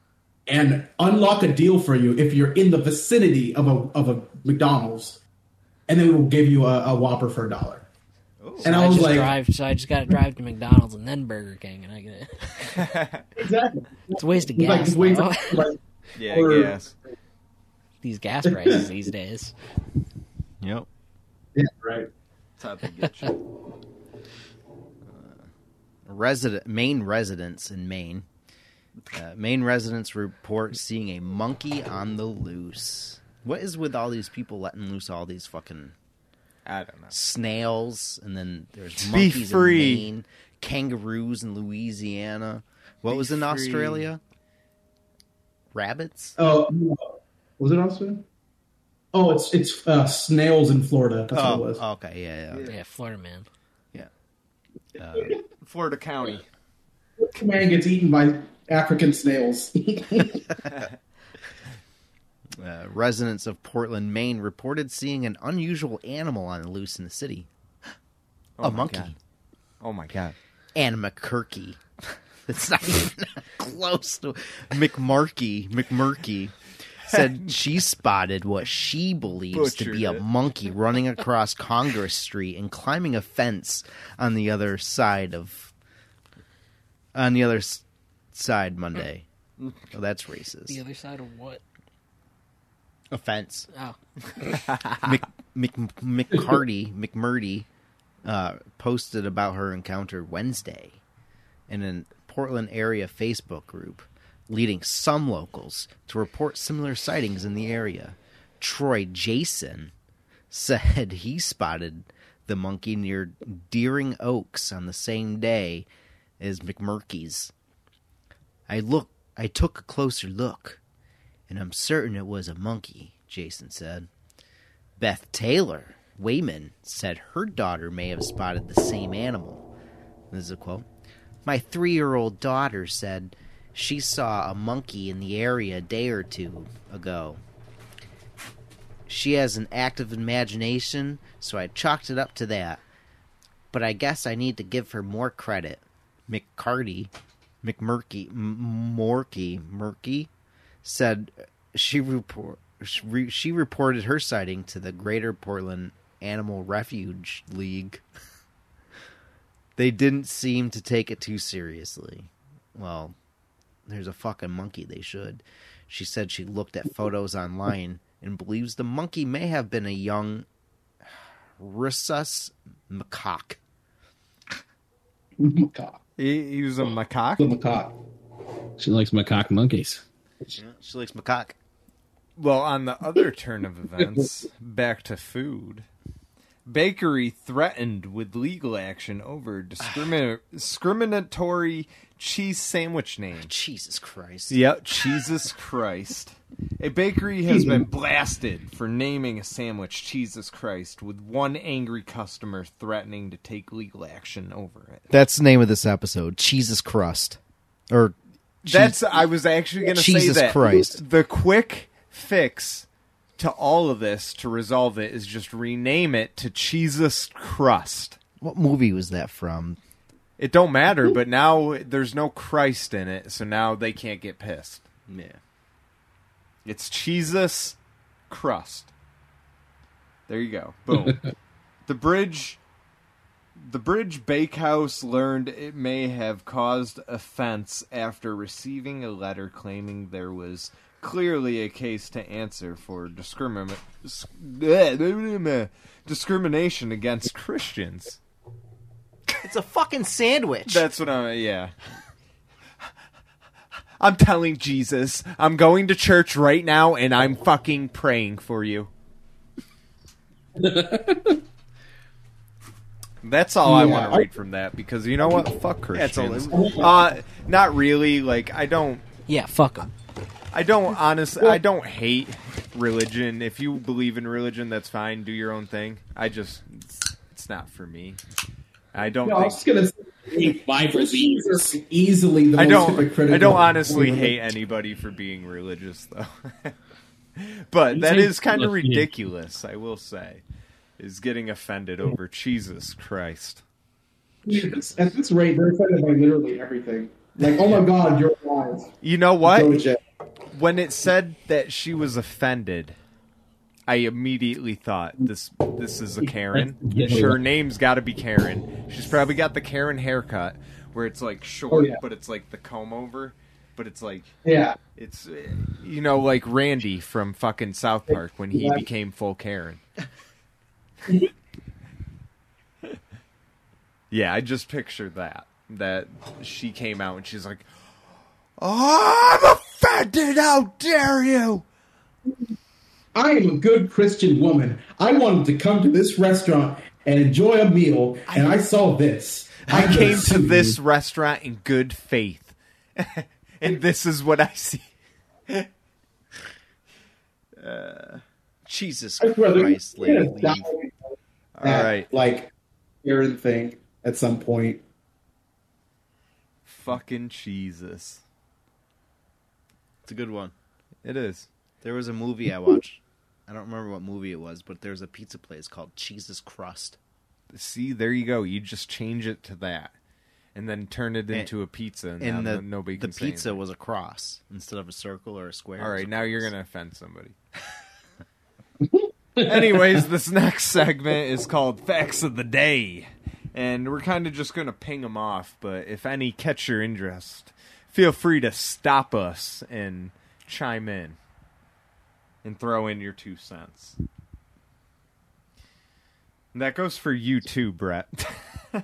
S2: and unlock a deal for you if you're in the vicinity of a of a McDonald's, and then we will give you a, a Whopper for a dollar. and I
S5: I
S2: was
S5: just
S2: like,
S5: drive. So I just got to drive to McDonald's and then Burger King, and I get it.
S2: exactly.
S5: It's a waste of
S2: It's like,
S5: gas.
S2: just wait- *laughs*
S5: though.
S2: like,
S3: Yeah,
S2: Or-
S3: I guess.
S5: these gas
S3: *laughs*
S5: prices these days.
S4: Yep.
S2: yeah, right.
S3: That's how they get you.
S8: Uh, resident Maine residents in Maine. Uh, Maine residents report seeing a monkey on the loose. What is with all these people letting loose all these fucking
S3: I don't know.
S8: snails? And then there's
S3: Be
S8: monkeys
S3: free.
S8: in Maine, kangaroos in Louisiana. What
S3: Be
S8: was in
S3: free.
S8: Australia? Rabbits.
S2: Oh, no. was it also? Oh, it's it's uh, snails in Florida. That's what it was.
S8: oh, okay, yeah, yeah.
S5: Yeah, Florida man.
S3: Florida County.
S2: This man gets eaten by African snails. *laughs*
S8: Uh, residents of Portland, Maine, reported seeing an unusual animal on the loose in the city.
S3: *gasps* Oh
S8: a
S3: my
S8: monkey.
S3: God. Oh my god. *laughs*
S8: and McKirky. It's not even *laughs* close to McMurky. McMurky
S3: *laughs*
S8: said she spotted what she believes to be a
S3: Butchered it.
S8: monkey
S3: *laughs*
S8: running across Congress Street and climbing a fence on the other side of on the other s-
S3: *clears throat*
S8: side Monday. Oh, that's
S5: The
S8: racist.
S5: other side of what?
S8: A fence.
S5: Oh,
S8: Mc, Mc, McCarty, McMurdy, uh, posted about her encounter Wednesday in an Portland area Facebook group, leading some locals to report similar sightings in the area. Troy Jason said he spotted the monkey near Deering Oaks on the same day as McMurky's. I look I took a closer look, and I'm certain it was a monkey, Jason said. Beth Taylor Wayman said her daughter may have spotted the same animal. This is a quote. My three year old daughter said she saw a monkey in the area a day or two ago. She has an active imagination, so I chalked it up to that. But I guess I need to give her more credit. McCarty, McMurky, M- Morky, Murky, said she report she re- she reported her sighting to the Greater Portland Animal Refuge League. *laughs* they didn't seem to take it too seriously. Well, there's a fucking monkey they should. She said she looked at photos online and believes the monkey may have been a young rhesus macaque.
S2: macaque.
S3: He, he was a
S2: The
S3: macaque.
S2: macaque.
S6: She likes macaque monkeys.
S8: She likes macaque.
S2: *laughs*
S3: Well, on the other turn of events, back to food. bakery threatened with legal action over discrimin- discriminatory cheese sandwich name.
S8: Jesus Christ.
S3: Yep, Jesus Christ. A bakery
S4: *laughs*
S3: has been blasted for naming a sandwich Jesus Christ, with one angry customer threatening to take legal action over it.
S4: That's the name of this episode. Jesus crust, or cheese-
S3: That's I was actually going to say that.
S4: Jesus Christ.
S3: The quick fix to all of this to resolve it is just rename it to Jesus Crust.
S4: what movie was that from?
S3: It don't matter, but now there's no Christ in it, so now they can't get pissed.
S8: Yeah.
S3: It's Jesus Crust. There you go. Boom. the bridge the bridge bakehouse learned it may have caused offense after receiving a letter claiming there was clearly a case to answer for discrimin- s- bleh, bleh, bleh, bleh, discrimination against Christians.
S8: It's a fucking sandwich.
S3: That's what I'm. Yeah. I'm telling Jesus, I'm going to church right now, and I'm fucking praying for you. *laughs* That's all I want to read from that because you know what? Fuck Christians. Uh, not really. Like I don't.
S5: Yeah, fuck them.
S3: I don't honestly. I don't hate religion. If you believe in religion, that's fine. Do your own thing. I just, it's, it's not for me. I don't.
S7: No, I
S3: think...
S7: was just gonna say,
S6: Five
S2: Jesus is easily the
S3: I
S2: most
S3: don't.
S2: hypocritical.
S3: I don't honestly
S2: form of-
S3: hate anybody for being religious, though. *laughs* but
S6: You
S3: that
S6: think-
S3: is kind of
S6: look, you-
S3: ridiculous, I will say, is getting offended over Jesus Christ.
S7: at this rate, they're offended by literally everything. Like, oh my god, you're alive.
S3: You know
S7: Go to
S3: what?
S7: jail.
S3: When it said that she was offended, I immediately thought this this is a
S6: *laughs*
S3: Karen. Her name's got to be Karen. She's probably got the Karen haircut, where it's like
S6: Oh,
S3: short,
S7: yeah.
S3: but it's like the comb over, but it's like
S7: Yeah.
S3: It's uh, you know like Randy from fucking South Park when he
S7: Yeah.
S3: became full Karen. yeah, I just pictured that that she came out and she's like, "Oh, I'm offended! How dare you!"
S2: I am a good Christian woman. I wanted to come to this restaurant and enjoy a meal, and I saw this.
S3: I
S2: I'm
S3: came to
S2: gonna
S3: this restaurant in good faith, *laughs* and this is what I see. *laughs* Uh,
S8: Jesus
S7: I swear, they're
S8: Christ,
S7: they're
S8: lady.
S7: gonna die
S8: leave.
S7: with
S3: All
S7: that,
S3: right,
S7: Like, Karen thing at some point.
S3: fucking Jesus,
S8: It's a good one.
S3: it is.
S8: There was a movie I watched. I don't remember what movie it was, but there's a pizza place called Jesus Crust.
S3: See, there you go. You just change it to that, and then turn it into a pizza, and,
S8: And
S3: now
S8: the,
S3: nobody
S8: the
S3: can say
S8: pizza
S3: anything.
S8: was a cross instead of a circle or a square.
S3: All
S8: It was
S3: right,
S8: a
S3: now you're
S8: cross.
S3: gonna offend somebody. *laughs* Anyways, this next segment is called Facts of the Day, and we're kind of just gonna ping them off. But if any catch your interest, feel free to stop us and chime in and throw in your two cents. And that goes for you too, Brett. *laughs*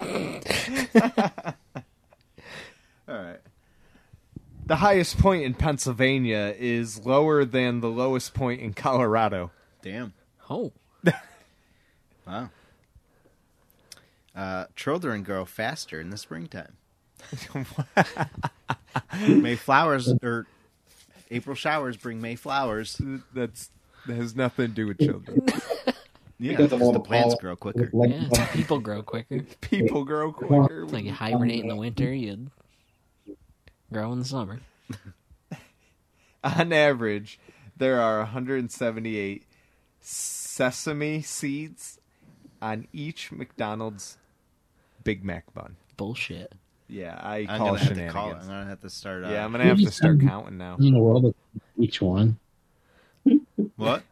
S5: Okay.
S3: All right. The highest point in Pennsylvania is lower than the lowest point in Colorado.
S8: Damn.
S5: Oh,
S8: Wow. Uh, children grow faster in
S3: *laughs*
S8: the springtime. May flowers or April showers bring May flowers.
S3: That's that has nothing to do with
S6: *laughs*
S3: children.
S8: Yeah,
S7: Because of all
S8: the
S7: the
S8: plants
S7: pollen.
S8: grow quicker.
S7: Like,
S5: yeah. People grow quicker.
S3: People grow quicker.
S5: It's like you hibernate in the winter, you grow in the summer.
S3: On average, there are 178 sesame seeds on each McDonald's Big Mac bun.
S5: Bullshit.
S3: Yeah, I call
S8: I'm gonna have to call it. I'm
S3: shenanigans.
S8: gonna have to start. Uh,
S3: Yeah, I'm gonna have to start counting now.
S6: in the world of each one.
S8: what?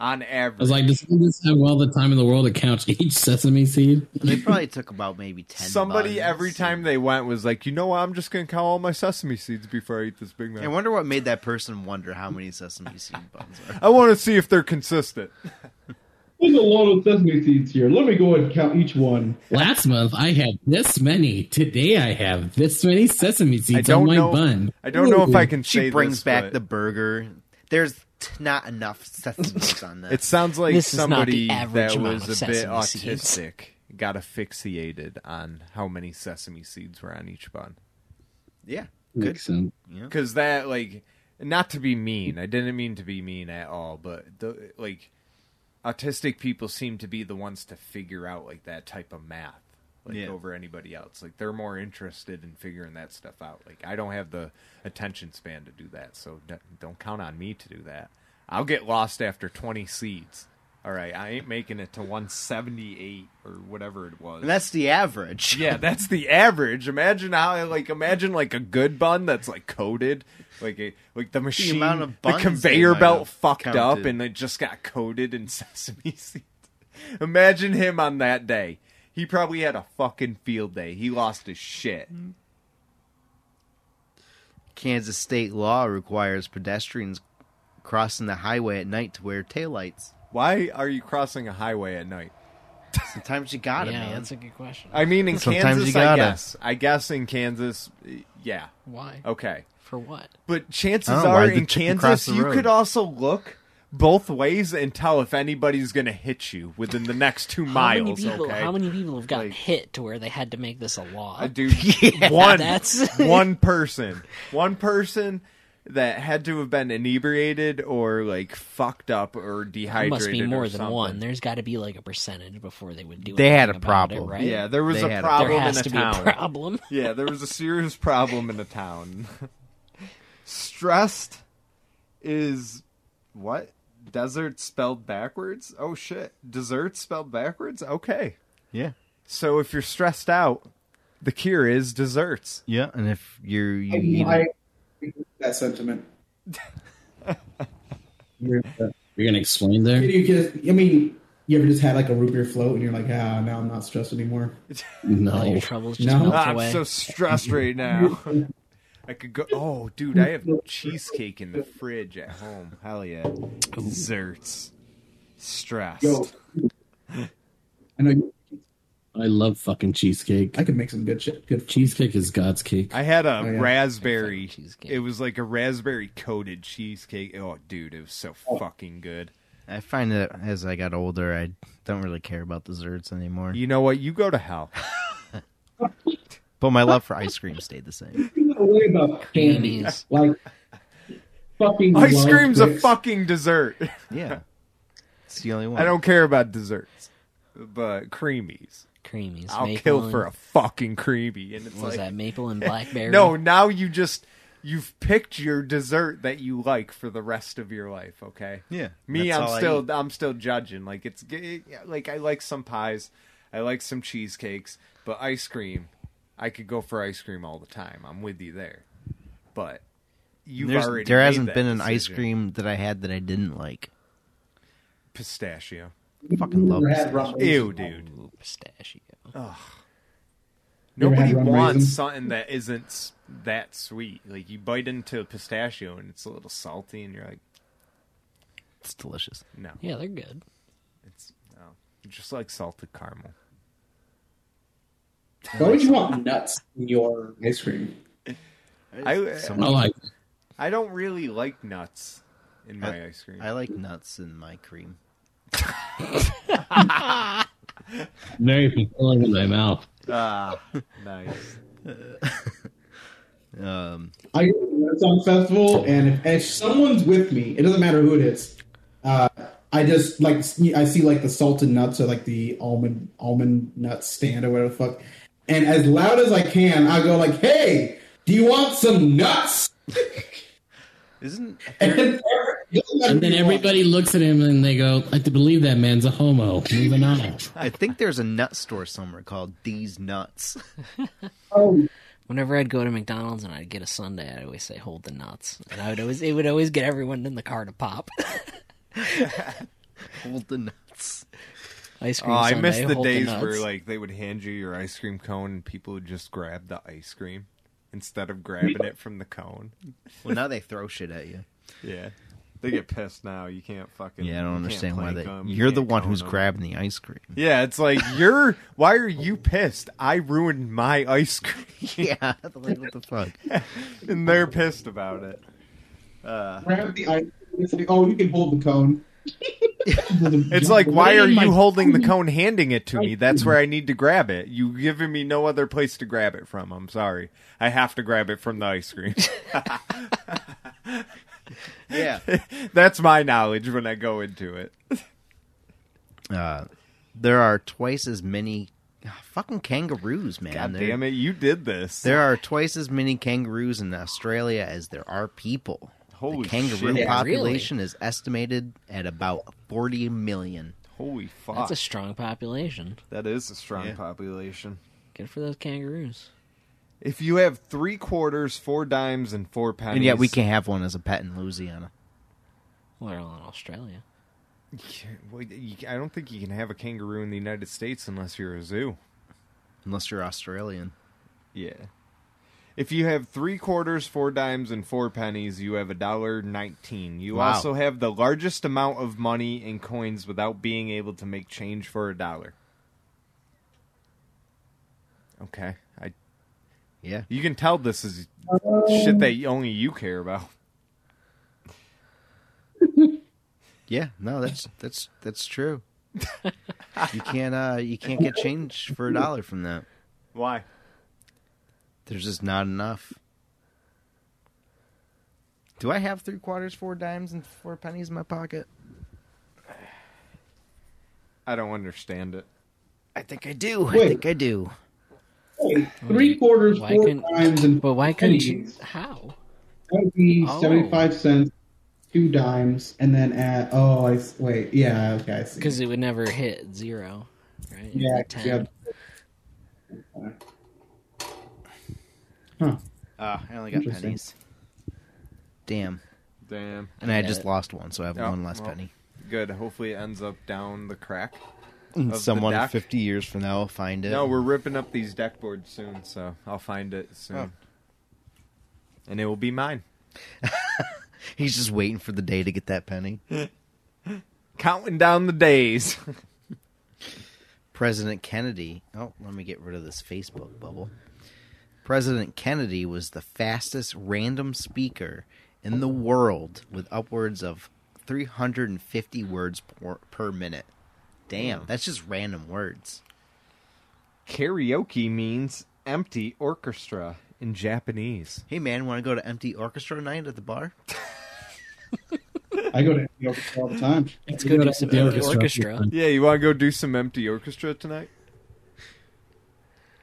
S3: On
S6: I
S3: average,
S6: was like, does he just have all the time in the world to count each sesame seed?
S8: They probably took about maybe ten.
S3: somebody
S8: buns.
S3: every time they went was like, you know what? I'm just gonna count all my sesame seeds before I eat this Big Mac.
S8: I wonder what made that person wonder how many sesame seed buns are.
S3: *laughs* I want to see if they're consistent.
S7: There's a lot of sesame seeds here. Let me go and count each one.
S6: Last month I had this many. Today I have this many sesame seeds on my
S3: know.
S6: bun.
S3: I don't know if I can.
S8: She
S3: say
S8: brings
S3: this,
S8: back
S3: but
S8: the burger. There's t- not
S3: *laughs*
S8: enough sesame on this.
S3: It sounds like
S5: This is not
S3: somebody
S5: the average
S3: that
S5: amount
S3: was
S5: of
S3: a bit
S5: sesame seeds.
S3: autistic got asphyxiated on how many sesame seeds were on each bun.
S8: yeah.
S6: Makes sense.
S3: Because that, like, not to be mean, I didn't mean to be mean at all, but the, like, autistic people seem to be the ones to figure out like that type of math, like
S8: Yeah.
S3: over anybody else. Like they're more interested in figuring that stuff out. Like I don't have the attention span to do that, so d- don't count on me to do that. I'll get lost after twenty seeds. All right, I ain't making it to one seventy eight or whatever it was.
S8: And that's the average.
S3: Yeah, that's the average. Imagine how like imagine like a good bun that's like coated, like a, like the machine,
S8: amount of
S3: the
S8: buns
S3: conveyor
S8: they might
S3: belt
S8: have
S3: fucked up,
S8: counted.
S3: and it just got coated in *laughs* sesame seeds. Imagine him on that day. He probably had a fucking field day. He lost his shit.
S8: Mm-hmm. Kansas state law requires pedestrians crossing the highway at night to wear taillights.
S3: Why are you crossing a highway at night?
S8: Sometimes you got it,
S5: yeah,
S8: man.
S5: that's a good question.
S3: I mean, in
S8: Sometimes
S3: Kansas,
S8: you gotta.
S3: I guess. I guess in Kansas, yeah.
S5: Why?
S3: Okay.
S5: For what?
S3: But chances
S8: Oh,
S3: are
S8: why'd the
S3: in
S8: chicken cross
S3: Kansas,
S8: the
S3: you
S8: road?
S3: could also look both ways and tell if anybody's going to hit you within the next two
S5: How
S3: miles.
S5: many people?
S3: okay,
S5: How many people have gotten hit to where they had to make this a law? *laughs*
S3: Uh, dude, one *laughs*
S5: That's-
S3: one person, one person that had to have been inebriated or like fucked up or
S5: There
S3: dehydrated.
S5: must be
S3: or
S5: more than
S3: something.
S5: one. There's got to be like a percentage before they would do.
S8: They had
S5: anything
S8: a
S5: about it,
S8: problem.
S5: right?
S3: Yeah, there was
S8: They had
S3: a
S8: a-
S3: problem
S5: there has
S3: in a
S5: to
S3: town.
S5: be a problem.
S3: Yeah, there was a serious problem in a town. *laughs* Stressed is what? Desert spelled backwards? Oh shit. Dessert spelled backwards? Okay.
S8: Yeah.
S3: So if you're stressed out, the cure is desserts.
S8: Yeah, and if you're you eat
S7: I, I that
S2: *laughs*
S7: sentiment.
S6: You're gonna explain there.
S2: You just, I mean, you ever just had like a root beer float and you're like, ah, now I'm not stressed
S3: *laughs*
S2: anymore.
S5: All
S6: No,
S5: your troubles just
S2: No.
S5: melt
S3: Ah, I'm
S5: away.
S3: so stressed right now. I could go Oh, dude, I have cheesecake in the fridge at home. Hell yeah. Desserts. Stressed.
S2: Yo, I know you,
S6: I love fucking cheesecake.
S2: I could make some good shit. Good cheese.
S6: Cheesecake is God's cake.
S3: I had a
S2: Oh, yeah.
S3: raspberry.
S5: Except cheesecake.
S3: It was like a raspberry coated cheesecake. Oh, dude, it was so fucking good.
S8: I find that as I got older, I don't really care about desserts anymore.
S3: You know what? You go to hell.
S8: But my love for ice cream stayed the same.
S7: You know way about candy.
S5: Candies.
S7: Like fucking
S3: Ice
S7: love
S3: cream's a
S7: bricks.
S3: fucking dessert.
S8: Yeah, *laughs* it's the only one.
S3: I don't care about desserts, but creamies.
S5: Creamies.
S3: I'll
S5: maple
S3: kill
S5: and-
S3: for a fucking creamy, and it's
S5: What was
S3: like
S5: that maple
S3: *laughs*
S5: and blackberry?
S3: no. Now you just you've picked your dessert that you like for the rest of your life. Okay.
S8: Yeah,
S3: Me,
S8: that's all
S3: I'm
S8: I
S3: still I'm still judging. Like it's g- like I like some pies, I like some cheesecakes, but ice cream, I could go for ice cream all the time. I'm with you there, but you've
S8: There's-
S3: already
S8: there
S3: made
S8: hasn't
S3: that
S8: been an ice
S3: decision.
S8: cream that I had that I didn't like.
S3: pistachio.
S8: Fucking love
S7: Never had
S8: pistachio.
S7: rumbles.
S3: Ew, dude.
S5: Ooh, pistachio.
S7: Never had
S3: Nobody
S7: rum
S3: wants
S7: raisin.
S3: something that isn't s- that sweet. Like you bite into a pistachio and it's a little salty, and you're like,
S8: It's delicious.
S3: no,
S5: Yeah, they're good.
S3: it's no, just like salted caramel.
S7: Why would you want nuts in your ice cream?
S3: I
S8: So
S6: I like.
S3: I don't really like nuts in my ice cream.
S8: I like nuts in my cream.
S6: Very fulfilling in my mouth.
S8: *laughs*
S3: Ah, nice.
S8: *laughs* Um,
S7: I go to the Red Song Festival, and if, if someone's with me, it doesn't matter who it is. Uh, I just like I see like the salted nuts or like the almond almond nut stand or whatever the fuck, and as loud as I can, I go like, "Hey, do you want some nuts?" *laughs*
S8: isn't
S7: And, then every-
S6: And then everybody looks at him and they go, "I believe that man's a homo." Moving on.
S8: I think there's a nut store somewhere called These Nuts. *laughs*
S7: Oh,
S5: Whenever I'd go to McDonald's and I'd get a sundae, I'd always say "Hold the nuts," and I would always it would always get everyone in the car to pop. *laughs*
S8: Hold the nuts.
S5: Ice cream.
S3: Oh, I
S5: sundae,
S3: miss the
S5: hold
S3: days
S5: nuts.
S3: where like they would hand you your ice cream cone and people would just grab the ice cream instead of grabbing it from the cone.
S8: Well, now they throw shit at you.
S3: Yeah. They get pissed now. You can't fucking.
S8: Yeah, I
S3: you
S8: don't
S3: can't
S8: understand why
S3: plank
S8: they.
S3: 'em, you
S8: You're the
S3: can't
S8: one
S3: cone
S8: who's
S3: 'em.
S8: grabbing the ice cream.
S3: Yeah, it's like you're. Why are you pissed? I ruined my ice cream,
S8: *laughs* *laughs*
S3: *laughs*
S8: yeah, like what the fuck?
S3: and they're pissed about it.
S7: grab the ice cream
S2: It's like, oh, you can hold the cone.
S3: It's like, why are you holding the cone, handing it to me? That's where I need to grab it. You giving me no other place to grab it from. I'm sorry, I have to grab it from the ice cream. *laughs*
S8: *laughs* Yeah.
S3: That's my knowledge when I go into it.
S8: Uh, there are twice as many ah, fucking kangaroos, man.
S3: God
S8: There-
S3: damn it, you did this.
S8: There are twice as many kangaroos in Australia as there are people.
S3: Holy
S8: the kangaroo
S3: shit.
S5: Yeah, really.
S8: population is estimated at about 40 million.
S3: Holy fuck.
S5: That's a strong population.
S3: That is a strong
S8: Yeah.
S3: population.
S5: Good for those kangaroos.
S3: If you have three quarters, four dimes, and four pennies,
S8: And yet we can't have one as a pet in Louisiana.
S5: Well, they're all in Australia.
S3: Well, you- I don't think you can have a kangaroo in the United States unless you're a zoo.
S8: Unless you're Australian.
S3: Yeah. If you have three quarters, four dimes, and four pennies, you have a dollar nineteen. You
S8: Wow.
S3: also have the largest amount of money in coins without being able to make change for a dollar. Okay, I.
S8: Yeah.
S3: You can tell this is shit that only you care about.
S8: Yeah, no, that's that's
S3: *laughs*
S8: that's true. you can't uh you can't get change for a dollar from that.
S3: Why?
S8: There's just not enough. Do I have three quarters, four dimes, and four pennies in my pocket?
S3: I don't understand it.
S8: I think I do. I
S2: Wait.
S8: think I do.
S2: Three quarters,
S5: Why
S2: four
S5: couldn't-
S2: dimes, and
S5: But why couldn't you?
S2: pennies.
S5: How?
S2: That would be
S5: Oh.
S2: 75 cents, two dimes, and then add. Oh, I s- wait. Yeah, okay. I see.
S5: Because it would never hit zero, right?
S2: yeah, 'cause you
S5: ten.
S2: have-
S8: Ah, I only got
S2: Interesting.
S8: pennies. Damn.
S3: Damn.
S8: And I,
S5: I get
S8: just
S5: it.
S8: lost one, so I have
S3: Oh,
S8: one less
S3: well.
S8: penny.
S3: Good. Hopefully, it ends up down the
S8: *laughs*
S3: crack.
S8: And
S3: the
S8: Someone
S3: deck?
S8: 50 years from now will find it.
S3: No, we're ripping up these deck boards soon, so I'll find it soon,
S8: Oh.
S3: and it will be mine.
S8: He's just waiting for the day to get that penny.
S3: Counting down the days. *laughs*
S8: President Kennedy. Oh, let me get rid of this Facebook bubble. President Kennedy was the fastest random speaker in the world with upwards of 350 words per, per minute.
S3: Hmm.
S8: Damn, that's just random words.
S3: Karaoke means empty orchestra in Japanese.
S8: Hey man, want to go to empty orchestra night at the bar?
S2: I go to Antioch all the time.
S5: Let's go do some
S6: The
S5: empty
S6: orchestra.
S5: orchestra.
S3: Yeah, you want to go do some empty orchestra tonight?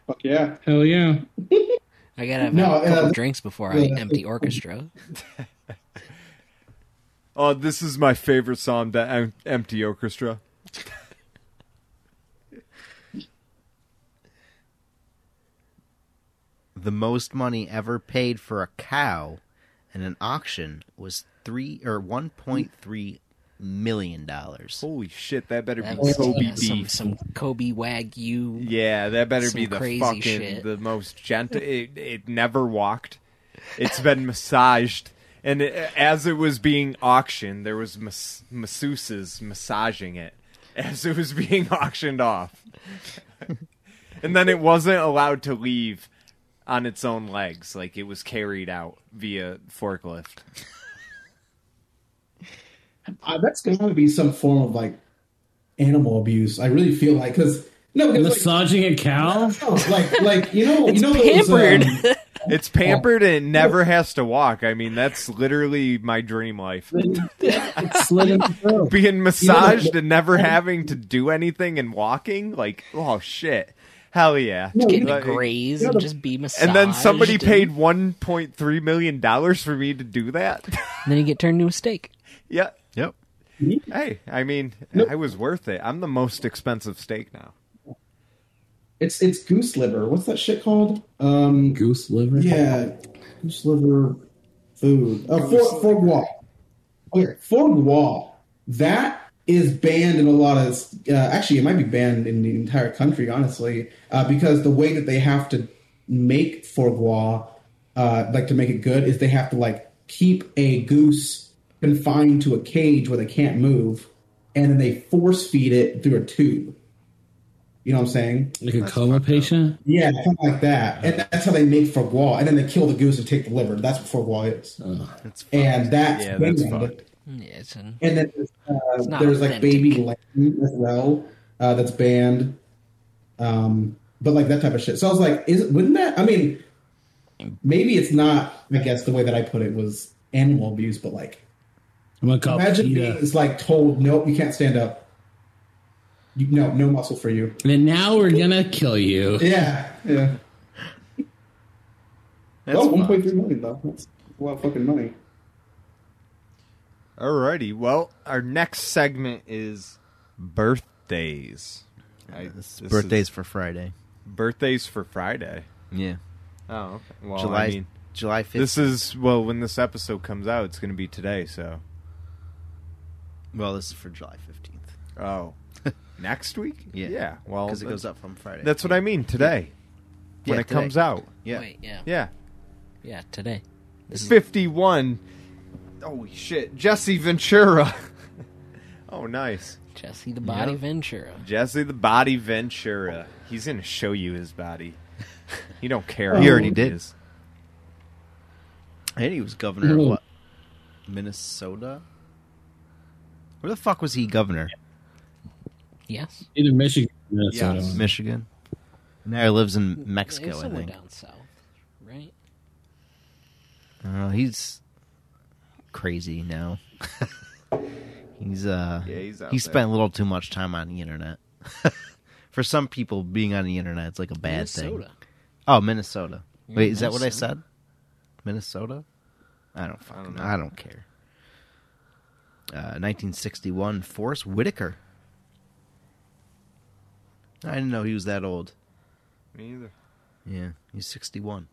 S2: Fuck yeah.
S6: Hell yeah.
S5: I gotta have
S2: No,
S5: a couple
S2: uh,
S5: drinks before I
S2: yeah.
S5: empty orchestra.
S3: Oh, this is my favorite song, the em- empty orchestra.
S8: The most money ever paid for a cow in an auction was 3 or 1.3 million dollars.
S3: Holy shit, that better
S5: That
S3: be
S5: was,
S3: Kobe
S5: uh, some
S3: beef.
S5: some Kobe Wagyu.
S3: Yeah, that better
S5: some
S3: be the
S5: crazy
S3: fucking
S5: shit.
S3: the most gentle. It, it never walked. It's been *laughs* massaged, and it, as it was being auctioned, there was mas- masseuses massaging it as it was being *laughs* auctioned off, and then it wasn't allowed to leave on its own legs. Like it was carried out via forklift.
S2: Uh, that's going to be some form of like animal abuse. I really feel like because no, 'cause,
S6: Massaging a cow?
S2: like, no, like like you know you know those,
S5: Pampered.
S2: um,
S3: It's pampered and it never has to walk. I mean, that's literally my dream life.
S6: Slit in the throat.
S3: being massaged and never having to do anything and walking like oh shit hell yeah
S5: Getting
S3: Like-
S5: to graze and just be massaged.
S3: and then somebody
S5: and-
S3: paid 1.3 million dollars for me to do that *laughs*
S5: And then you get turned into a steak.
S3: yeah
S8: Yep.
S3: hey i mean i was worth it i'm the most expensive steak now
S2: it's it's goose liver. What's that shit called? Um,
S6: Goose liver?
S2: yeah, goose liver food. Uh, for foie gras. Okay, foie gras. That is banned in a lot of. Uh, actually, it might be banned in the entire country, honestly, uh, because the way that they have to make foie gras, uh, like to make it good, is they have to like keep a goose confined to a cage where they can't move, and then they force feed it through a tube. You know what I'm saying?
S6: Like a coma patient?
S2: Yeah, something like that. And that's how they make foie gras. And then they kill the goose and take the liver. That's what foie gras is.
S8: That's
S2: and that's
S3: Yeah, that's
S2: banned.
S3: fucked.
S5: Yeah, it's an,
S2: And then there's,
S5: It's
S2: uh,
S5: not
S2: there's like
S5: authentic.
S2: Baby Lamb as well uh, that's banned. Um, but like that type of shit. So I was like, is wouldn't that? I mean, maybe it's not. I guess the way that I put it was animal abuse, but like
S6: I'm gonna call
S2: imagine
S6: PETA.
S2: being it's like told, nope, you can't stand up. You, no, no muscle for you.
S6: And now we're gonna kill you.
S2: Yeah, yeah.
S8: That's
S2: oh,
S8: fun.
S2: 1.3 million though. That's a lot of fucking money.
S3: Alrighty. Well, our next segment is birthdays. I,
S8: This
S3: this
S8: birthdays
S3: is
S8: for Friday.
S3: birthdays for Friday.
S8: Yeah,
S3: Oh, okay. Well,
S8: July
S3: I mean,
S8: July fifth.
S3: this is well when this episode comes out, it's going to be today. So,
S8: well, this is for July fifteenth. *laughs*
S3: oh, next week?
S8: Yeah.
S3: Yeah. Well,
S8: because it
S3: that-
S8: goes up on Friday.
S3: That's what I mean. Today, when
S8: Yeah,
S3: it
S8: today.
S3: comes out.
S8: yeah.
S5: Wait, yeah,
S3: Yeah.
S5: yeah, today.
S3: It's 51. Holy shit. Jesse Ventura. *laughs* oh, nice.
S5: Jesse the Body Ventura.
S3: Jesse the Body Ventura. He's going to show you his body.
S8: *laughs*
S3: He don't care.
S2: He
S3: how
S8: Oh. already
S3: old
S8: did.
S3: is.
S8: And he was governor of
S6: Ooh.
S8: what? Minnesota. Where the fuck was he governor?
S5: Yes,
S6: Either Michigan or Minnesota.
S3: Yes.
S8: Michigan. Now he lives in
S5: It's
S8: Mexico, I
S5: somewhere
S8: think.
S5: down south, right?
S8: Uh, he's crazy now. *laughs* he's uh
S3: Yeah, he's out
S8: he
S3: there.
S8: spent a little too much time on the internet. *laughs* For some people, being on the internet is like a bad thing.
S5: Minnesota.
S8: Oh, Minnesota. Wait, is that what I
S5: Minnesota.
S8: said? Minnesota? I don't fucking I don't,
S3: know.
S8: care. Uh, 1961, Forrest Whitaker. I didn't know he was that old.
S3: Me either.
S8: Yeah, he's 61.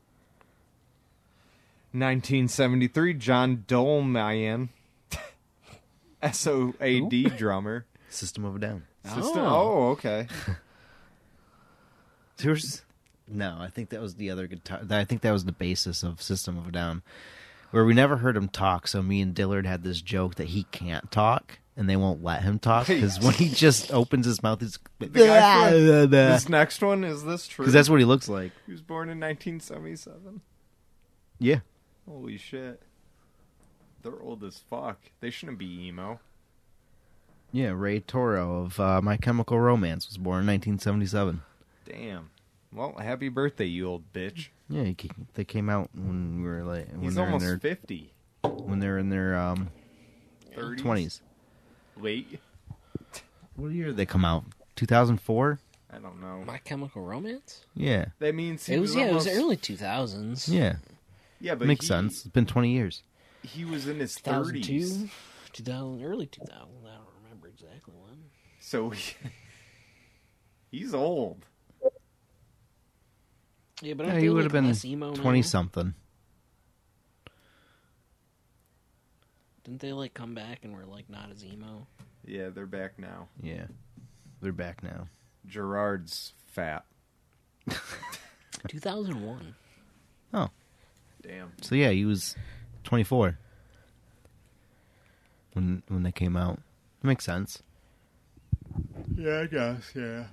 S3: 1973, John *laughs* Dolmayan. S.O.A.D. drummer.
S8: System of a Down.
S3: Sister-
S5: Oh.
S3: oh,
S8: *laughs*
S3: okay.
S8: There's no, I think that was the other guitar. I think that was the basis of System of a Down, where we never heard him talk. So me and Dillard had this joke that he can't talk, and they won't let him talk because when he just opens his mouth, it's
S3: guy from-
S8: because
S3: this next one, is this true?
S8: that's what he looks like.
S3: He was born in 1977.
S8: Yeah,
S3: Holy shit. They're old as fuck. They shouldn't be emo.
S8: yeah. Ray Toro of uh, My Chemical Romance was born in 1977.
S3: Damn. Well, happy birthday, you old bitch.
S8: Yeah, he, ca- they came out when we were like when
S3: He's
S8: they're in
S3: almost
S8: their
S3: 50.
S8: when they're in their um
S3: 30s.
S8: 20s.
S3: Late.
S8: What year did they come out? 2004.
S3: I don't know.
S5: My Chemical Romance.
S8: Yeah,
S3: That means he
S5: It was yeah,
S3: almost,
S5: it was early two thousands.
S8: yeah.
S3: Yeah, but
S8: Makes
S3: he,
S8: sense. It's been 20 years.
S3: He was in his
S5: 2002,
S3: 30s.
S5: 2000, early 2000. I don't remember exactly when.
S3: So *laughs* he, he's old.
S5: Yeah, but
S8: Yeah,
S5: aren't
S8: he
S5: they,
S8: would
S5: like,
S8: have been
S5: less emo
S8: 20
S5: now?
S8: something.
S5: Didn't they like come back and were like not as emo?
S3: Yeah, they're back now.
S8: Yeah. They're back now.
S3: Gerard's fat.
S5: 2001.
S3: Damn.
S8: Oh, So yeah, he was 24 when when they came out. makes sense.
S3: Yeah, I guess. Yeah.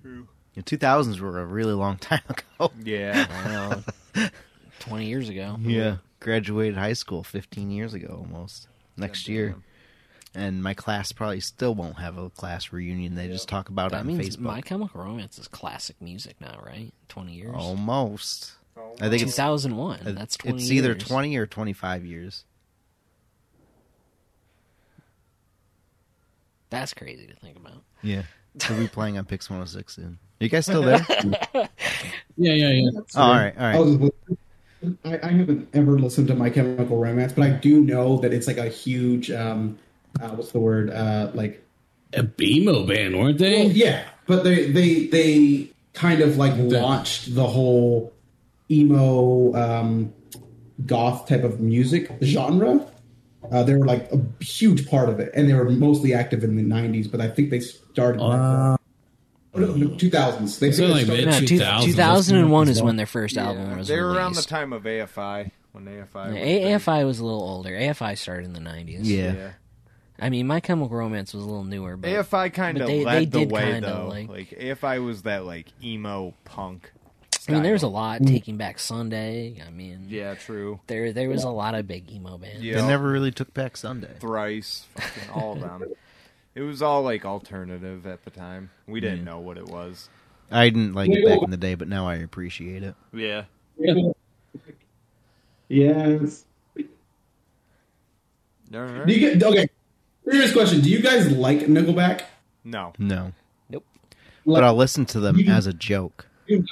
S3: True.
S8: The 2000s were a really long *laughs* time ago.
S3: Yeah.
S5: Wow. 20 years ago.
S8: Yeah. Graduated high school 15 years ago almost. Next year. And my class probably still won't have a class reunion. They just talk about it
S5: That
S8: on
S5: means
S8: Facebook.
S5: My Chemical Romance is classic music now, right? 20 years.
S8: Almost. I think Oh, it's
S5: 2001. That's 20
S8: It's either
S5: years.
S8: 20 or 25 years.
S5: That's crazy to think about.
S8: Yeah. We'll be playing on Pix 106 soon. you guys still
S5: *laughs*
S8: there?
S6: Yeah, yeah, yeah.
S8: Oh, all right, all
S2: I,
S8: right.
S2: was listening- I, I haven't ever listened to My Chemical Romance, but I do know that it's like a huge, um, uh, what's the word? Uh, like,
S6: A BMO band, weren't
S2: well, *laughs*
S6: they?
S2: yeah, but they they they kind of like launched the whole emo um, goth type of music genre. Uh, they were like a huge part of it, and they were mostly active in the '90s. But I think they started
S6: Uh,
S2: like two thousands. They
S6: So, like,
S2: started-
S6: mid-
S5: No, two-
S6: 2000s.
S5: 2001 is when their first album was
S3: they were around the
S5: released.
S3: time of AFI when AFI. was
S5: Yeah,
S3: big.
S5: AFI was a little older. AFI started in the 90s.
S8: Yeah.
S3: Yeah.
S5: I mean, My Chemical Romance was a little newer, but
S3: AFI kind
S5: but
S3: of
S5: they-
S3: led
S5: they
S3: the
S5: did
S3: way
S5: kinda,
S3: though. Like...
S5: like-
S3: AFI was that like emo punk
S5: I
S3: style.
S5: mean, there's a
S8: Mm.
S5: lot. Taking Back Sunday. I mean,
S3: Yeah, true.
S5: there there was a lot of big emo bands.
S3: Yeah,
S8: They never really took back Sunday.
S3: thrice, fucking all of
S5: *laughs*
S3: them. It was all like alternative at the time. We didn't know what it was.
S8: I didn't like it back in the day, but now I appreciate it.
S3: Yeah.
S7: Yes. Do you get okay? Serious question: Do you guys like Nickelback?
S3: No.
S8: No.
S5: Nope.
S8: But I'll listen to them
S7: You-
S8: as a joke.
S7: Do you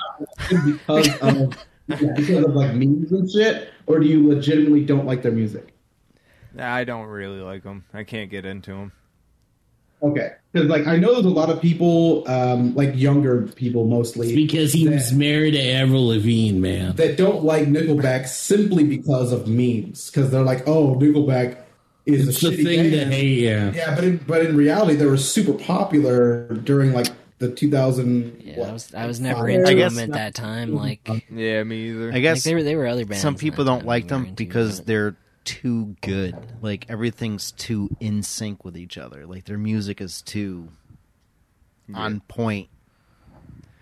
S7: not because
S2: *laughs*
S7: of yeah, because of like memes and shit, or do you legitimately don't like their music?
S3: I don't really like them. I can't get into them.
S7: Okay, because like I know there's a lot of people, um, like younger people mostly,
S6: Because he was married to Avril Lavigne, man.
S7: that don't like Nickelback simply because of memes. Because they're like, oh, Nickelback is
S6: It's
S7: a
S6: the
S7: shitty
S6: thing to
S7: band.
S6: hate, yeah.
S7: Yeah, but in, but in reality, they were super popular during like the 2000.
S5: Yeah,
S7: what?
S5: I was I was never
S7: Five?
S5: into
S8: I
S5: them
S8: guess
S5: at
S8: not-
S5: that time. Like, like,
S3: Yeah, me either.
S8: I guess
S5: they were they were other bands.
S8: some
S5: at
S8: people
S5: that
S8: don't
S5: time
S8: like
S5: we were
S8: them
S5: into,
S8: because
S5: but-
S8: they're too good. Like everything's too in sync with each other. Like their music is too on point.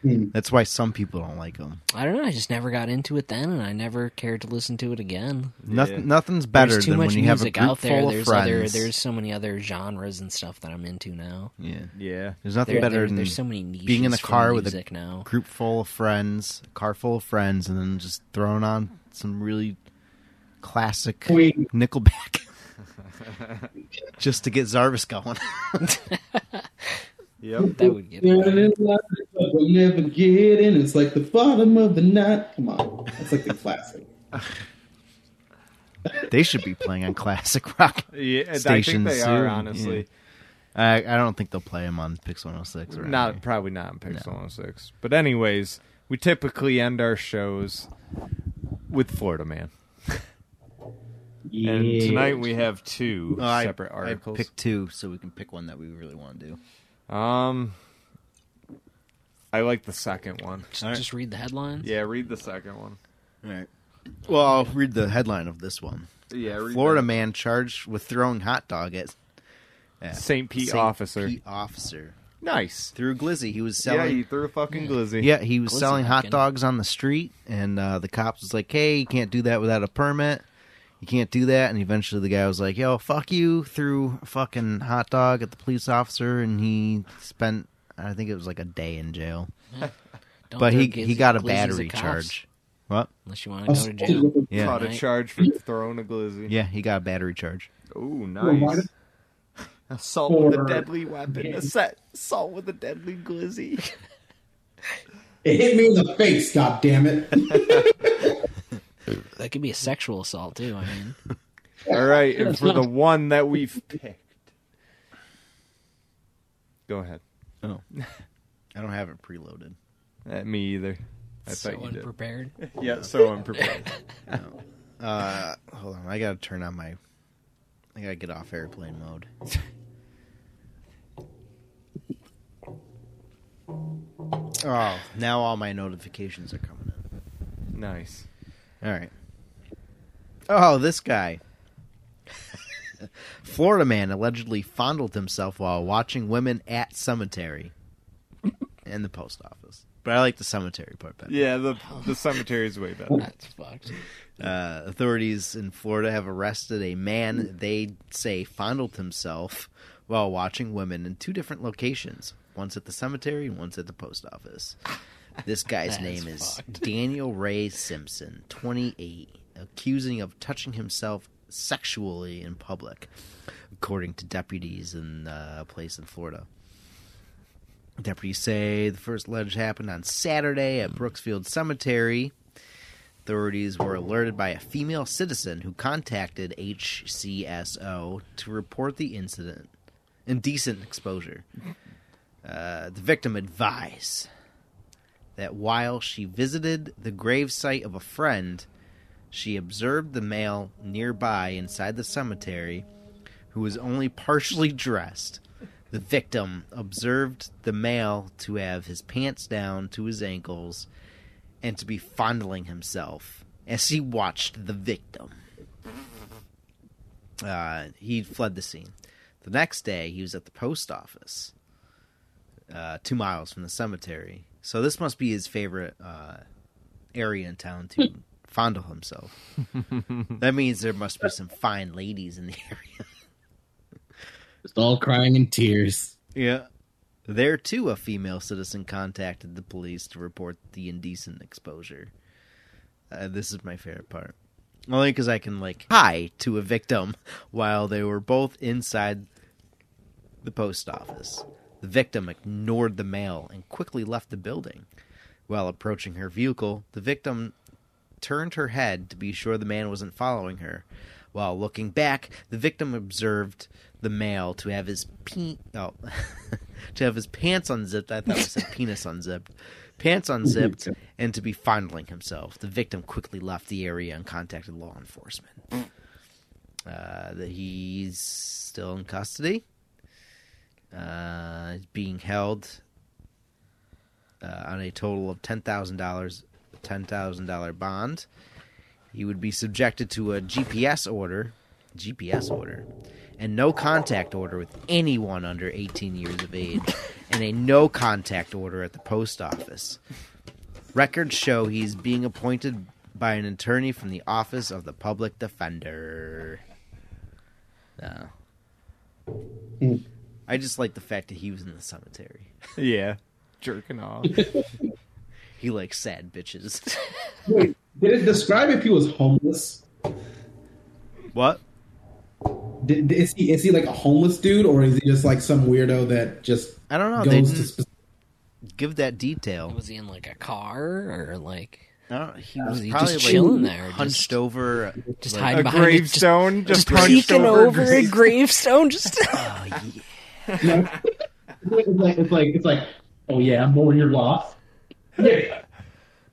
S7: Hmm.
S8: That's why some people don't like them.
S5: I don't know. I just never got into it then, and I never cared to listen to it again.
S8: Nothing, nothing's better
S5: there's too
S8: than
S5: much
S8: when you have a
S5: music
S8: group
S5: out there.
S8: full
S5: There's
S8: of
S5: other
S8: friends.
S5: there's so many other genres and stuff that I'm into now.
S8: yeah.
S3: Yeah.
S8: There's nothing
S5: There,
S8: better
S5: there-
S8: than
S5: there's so many niches
S8: being in a
S5: for
S8: car with a
S5: music now.
S8: group full of friends, car full of friends, and then just throwing on some really classic
S7: Queen.
S8: Nickelback *laughs* just to get Zarvis going. *laughs*
S3: Yep.
S5: That would get
S6: Yeah, it is like-
S7: We'll never get in. It's like the bottom of the night. Come on, that's like the classic.
S8: they should be playing on classic rock.
S3: *laughs* Yeah, and I think
S8: Stations
S3: they are
S8: soon,
S3: honestly.
S8: I, I don't think they'll play him on Pix 106. Or
S3: Not probably not in Pixel 106. But anyways, we typically end our shows with Florida Man. And tonight we have two
S8: Oh, I,
S3: separate articles.
S8: I picked two, so we can pick one that we really want to do.
S3: Um, I like the second one.
S5: Just, just read the headlines.
S3: Yeah, read the second one.
S8: All right. Well, I'll read the headline of this one.
S3: Yeah, read
S8: Florida man charged with throwing hot dog at at
S3: St. Pete
S8: St.
S3: officer.
S8: Pete officer
S3: Nice.
S8: through Glizzy. He was
S3: Yeah,
S8: selling.
S3: you threw a fucking glizzy.
S8: Yeah, he was
S5: Glizzy
S8: selling hot
S5: Hawking.
S8: dogs on the street, and uh, the cops was like, "Hey, you can't do that without a permit. You can't do that." And eventually, the guy was like, "Yo, fuck you!" Threw a fucking hot dog at the police officer, and he spent, I think it was like a day in jail.
S5: Don't
S8: but
S5: throw
S8: he
S5: glizzy-
S8: he got a
S5: glizzies at
S8: battery
S5: cops,
S8: charge. What?
S5: Unless you want to go to jail.
S7: Assaulted
S8: Yeah,
S3: Caught a
S5: Right.
S3: charge for throwing a glizzy.
S8: yeah, he got a battery charge.
S3: Ooh,
S7: why
S3: nice. *laughs*
S7: did-
S3: Assault with a
S7: Or-
S3: deadly weapon. Assa- Assault with a deadly glizzy.
S7: It hit me in the face. God damn it!
S5: That could be a sexual assault too. I mean,
S3: All right, and for the one that we've picked. Go ahead.
S8: Oh, *laughs* I don't have it preloaded.
S3: Eh, me either. *laughs* I
S5: so
S3: thought you did.
S5: unprepared.
S3: Yeah, so unprepared.
S8: Uh, hold on. I gotta turn on my. I gotta get off airplane mode. *laughs* oh, now all my notifications are coming
S3: *laughs*
S8: in.
S3: nice.
S8: All right. Oh, this guy. *laughs* Florida man allegedly fondled himself while watching women at cemetery and the post office. But I like the cemetery part better.
S3: Yeah, the the cemetery is way better.
S5: That's fucked.
S8: Uh, authorities in Florida have arrested a man they say fondled himself while watching women in two different locations once at the cemetery and once at the post office.
S5: *laughs*
S8: This guy's
S5: That is
S8: name is
S5: fucked. *laughs*
S8: Daniel Ray Simpson, 28, accusing of touching himself sexually in public, according to deputies in uh, a place in Florida. Deputies say the first ledge happened on Saturday at Brooksfield Cemetery. Authorities were alerted by a female citizen who contacted HCSO to report the incident. Indecent exposure. Uh, the victim advised that while she visited the gravesite of a friend, she observed the male nearby inside the cemetery who was only partially dressed. The victim observed the male to have his pants down to his ankles and to be fondling himself as he watched the victim. Uh, he fled the scene. The next day, he was at the post office, uh, two miles from the cemetery. So this must be his favorite uh, area in town to fondle himself. that means there must be some fine ladies in the *laughs* area.
S6: Just all crying in tears.
S8: Yeah. There too, a female citizen contacted the police to report the indecent exposure. Uh, this is my favorite part. Only because I can like hi to a victim while they were both inside the post office. The victim ignored the mail and quickly left the building. While approaching her vehicle, the victim turned her head to be sure the man wasn't following her. While looking back, the victim observed the male to have his pe- oh, *laughs* to have his pants unzipped. I thought it said penis unzipped. Pants unzipped and to be fondling himself. The victim quickly left the area and contacted law enforcement. Uh, that he's still in custody. Uh, he's being held uh, on a total of ten thousand dollars, ten thousand dollar bond. He would be subjected to a GPS order, GPS order, and no contact order with anyone under 18 years of age, and a no contact order at the post office. Records show he's being appointed by an attorney from the Office of the Public Defender. Uh, I just like the fact that he was in the cemetery.
S3: Yeah, jerking
S5: *laughs*
S3: off.
S8: He likes sad bitches. *laughs*
S7: Wait, did it describe if he was homeless?
S8: what?
S7: Did, is he is he like a homeless dude, or is he just like some weirdo that just
S8: I don't know. They
S7: goes to?
S8: didn't
S7: Spe-
S8: give that detail.
S5: Was he in like a car or like
S8: I don't, he
S5: Was
S8: was
S5: he
S8: probably
S5: just
S8: like,
S5: chilling there,
S8: hunched
S5: just-
S8: over,
S5: just
S8: like,
S5: hiding
S3: A
S5: behind it, just-
S3: gravestone just,
S5: just,
S3: hunched
S5: peeking
S3: over.
S5: over a gravestone? Just
S7: no.
S5: *laughs*
S7: it's like it's like it's like oh yeah, I'm mowing your loft. Yeah.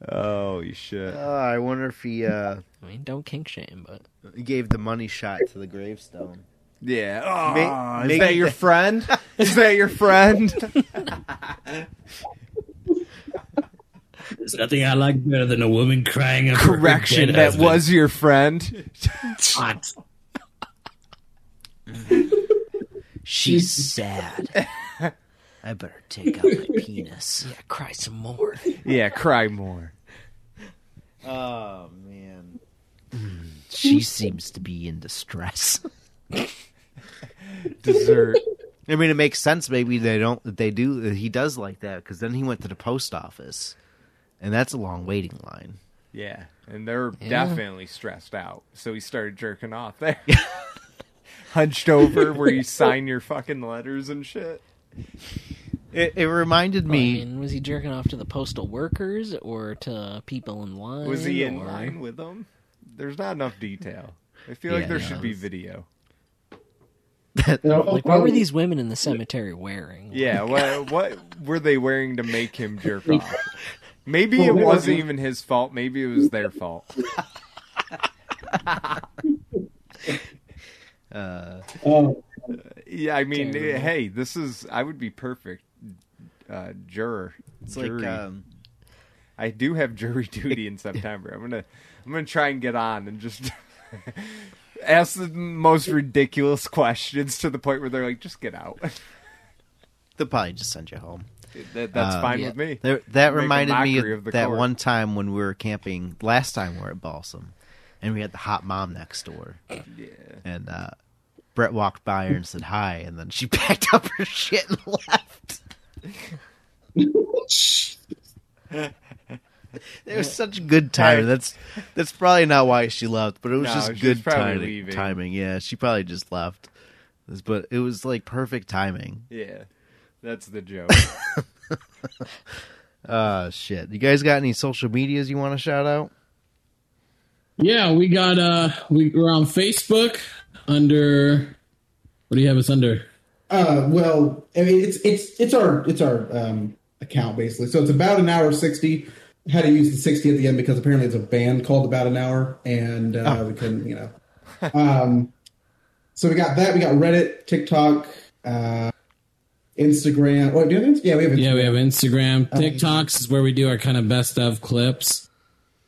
S3: Oh shit!
S8: Uh, I wonder if he uh,
S5: I mean, don't kink shame, but
S8: gave the money shot to the gravestone.
S3: Yeah.
S8: Ma-
S3: Aw, is
S8: make
S3: that your
S8: the-
S3: friend? *laughs* Is that your friend?
S6: There's nothing I like better than a woman crying over her
S3: Correction,
S6: dead
S3: that
S6: husband.
S3: was your friend. *laughs*
S6: hot.
S8: She's *laughs* sad. I better take out my penis.
S5: yeah, cry some more.
S3: Yeah, cry more.
S8: Oh man, she seems to be in distress.
S3: Dessert.
S8: I mean, it makes sense. Maybe they don't. They do. He does like that because then he went to the post office, and that's a long waiting line.
S3: Yeah, and they're
S5: Yeah.
S3: definitely stressed out. So he started jerking off there. *laughs* Hunched over where you sign your fucking letters and shit.
S8: It, it reminded
S5: I
S8: me.
S5: mean, was he jerking off to the postal workers or to people in line?
S3: Was he in
S5: or-
S3: line with them? There's not enough detail. I feel like
S8: Yeah,
S3: there
S8: yeah.
S3: should be video.
S5: Like, what were these women in the cemetery wearing?
S3: Yeah, what what were they wearing to make him jerk off? Maybe
S7: Well,
S3: it
S7: they were-
S3: wasn't even his fault. Maybe it was their fault.
S8: Uh,
S7: Oh,
S3: Yeah, I mean, eh,
S5: Terrible.
S3: hey, this is. I would be perfect uh, juror.
S8: it's
S3: jury.
S8: like um,
S3: I do have
S8: *laughs*
S3: jury duty in September. I'm gonna I'm gonna try and get on and just *laughs* ask the most ridiculous questions to the point where they're like, just get out. *laughs*
S8: they'll probably just send you home.
S3: that, that's
S8: Uh,
S3: fine
S5: yeah.
S3: with me.
S8: There, that
S3: Make a
S8: reminded me
S3: mockery
S8: of
S3: of the
S8: that
S3: court.
S8: one time when we were camping. Last time we were at Balsam, and we had the hot mom next door,
S3: Yeah.
S8: and uh, Brett walked by her and said hi, and then she *laughs* packed up her shit and
S3: *laughs*
S8: left. It was such good timing. That's that's probably not why she left, but it was
S3: No,
S8: just
S3: she was
S8: good
S3: probably
S8: timing.
S3: leaving.
S8: Timing, yeah. She probably just left, but it was like perfect timing.
S3: Yeah. That's the
S8: *laughs*
S3: joke.
S8: Uh shit. You guys got any social medias you want to shout out?
S6: Yeah, we got uh we, we're on Facebook under what do you have us under?
S7: Uh, well, I mean, it's it's it's our it's our um, account basically. So it's about an hour sixty. Had to use the sixty at the end because apparently it's a band called about an hour, and uh,
S5: Oh.
S7: we couldn't, you know. Um, so we got that. We got Reddit, TikTok, uh, Instagram. Wait, do we have Inst- Yeah, we have. Instagram.
S6: Yeah, we have Instagram. TikToks is where we do our kind of best of clips.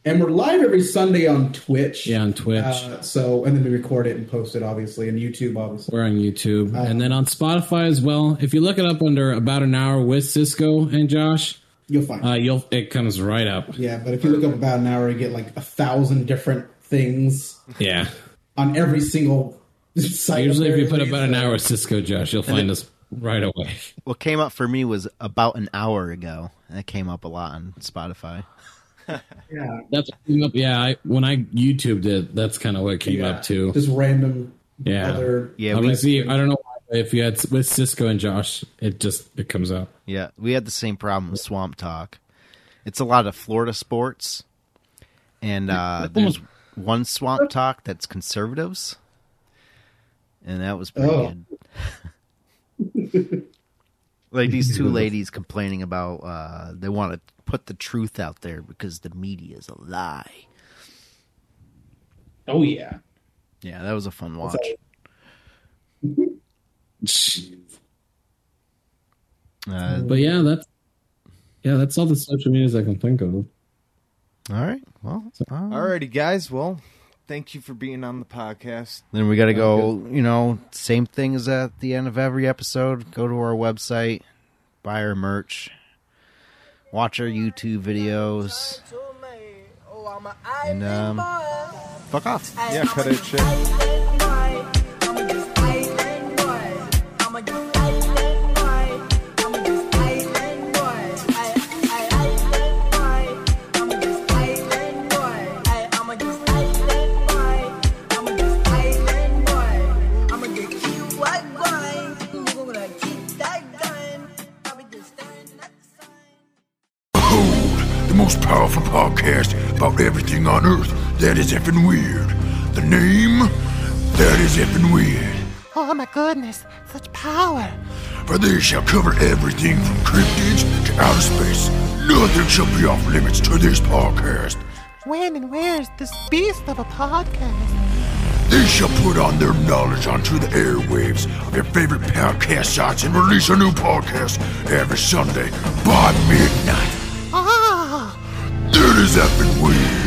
S7: And we're live every Sunday on Twitch.
S6: Yeah, on Twitch.
S7: Uh, so and then we record it and post it obviously and YouTube obviously.
S6: we're on YouTube. and then on Spotify as well. If you look it up under about an hour with Cisco and Josh,
S2: You'll find.
S6: Uh, you'll it comes right up.
S2: Yeah, but if you look up about an hour, you get like a thousand different things
S6: Yeah.
S2: on every single *laughs* site.
S6: Usually, if you put
S2: apparently.
S6: about an hour of Cisco, Josh, you'll find us right away.
S8: What came up for me was about an hour ago. That came up a lot on Spotify.
S2: yeah,
S6: That's what came up. Yeah, I, when I YouTubed it, that's kind of what came
S2: yeah,
S6: up too.
S2: just random
S6: Yeah.
S2: other.
S8: Yeah,
S6: I'm
S8: we,
S6: gonna see. I don't know why, but if you had with Cisco and Josh, it just it comes out.
S8: yeah, we had the same problem with Swamp Talk. It's a lot of Florida sports, and uh, there's one Swamp Talk that's conservatives, and that was pretty
S2: Oh.
S8: good. *laughs* like these two ladies complaining about uh, they want to put the truth out there because the media is a lie.
S2: Oh yeah,
S8: Yeah, that was a fun watch. Uh,
S6: But yeah, that's yeah, that's all the social medias I can think of.
S8: all right, well, uh,
S3: Alrighty, guys. Well, uh, thank you for being on the podcast.
S8: Then we got to go, you know, same thing as at the end of every episode. Go to our website, buy our merch, watch our YouTube videos, and um, fuck off.
S3: Yeah, cut it shit.
S1: Code, the most powerful podcast about everything on earth that is effing weird. The name? That is effing weird.
S11: Oh my goodness, such power.
S1: For they shall cover everything from cryptids to outer space. Nothing shall be off limits to this podcast.
S11: When and where's this beast of a podcast?
S1: They shall put on their knowledge onto the airwaves of your favorite podcast sites and release a new podcast every Sunday by midnight.
S11: Ah!
S1: That is effing weird.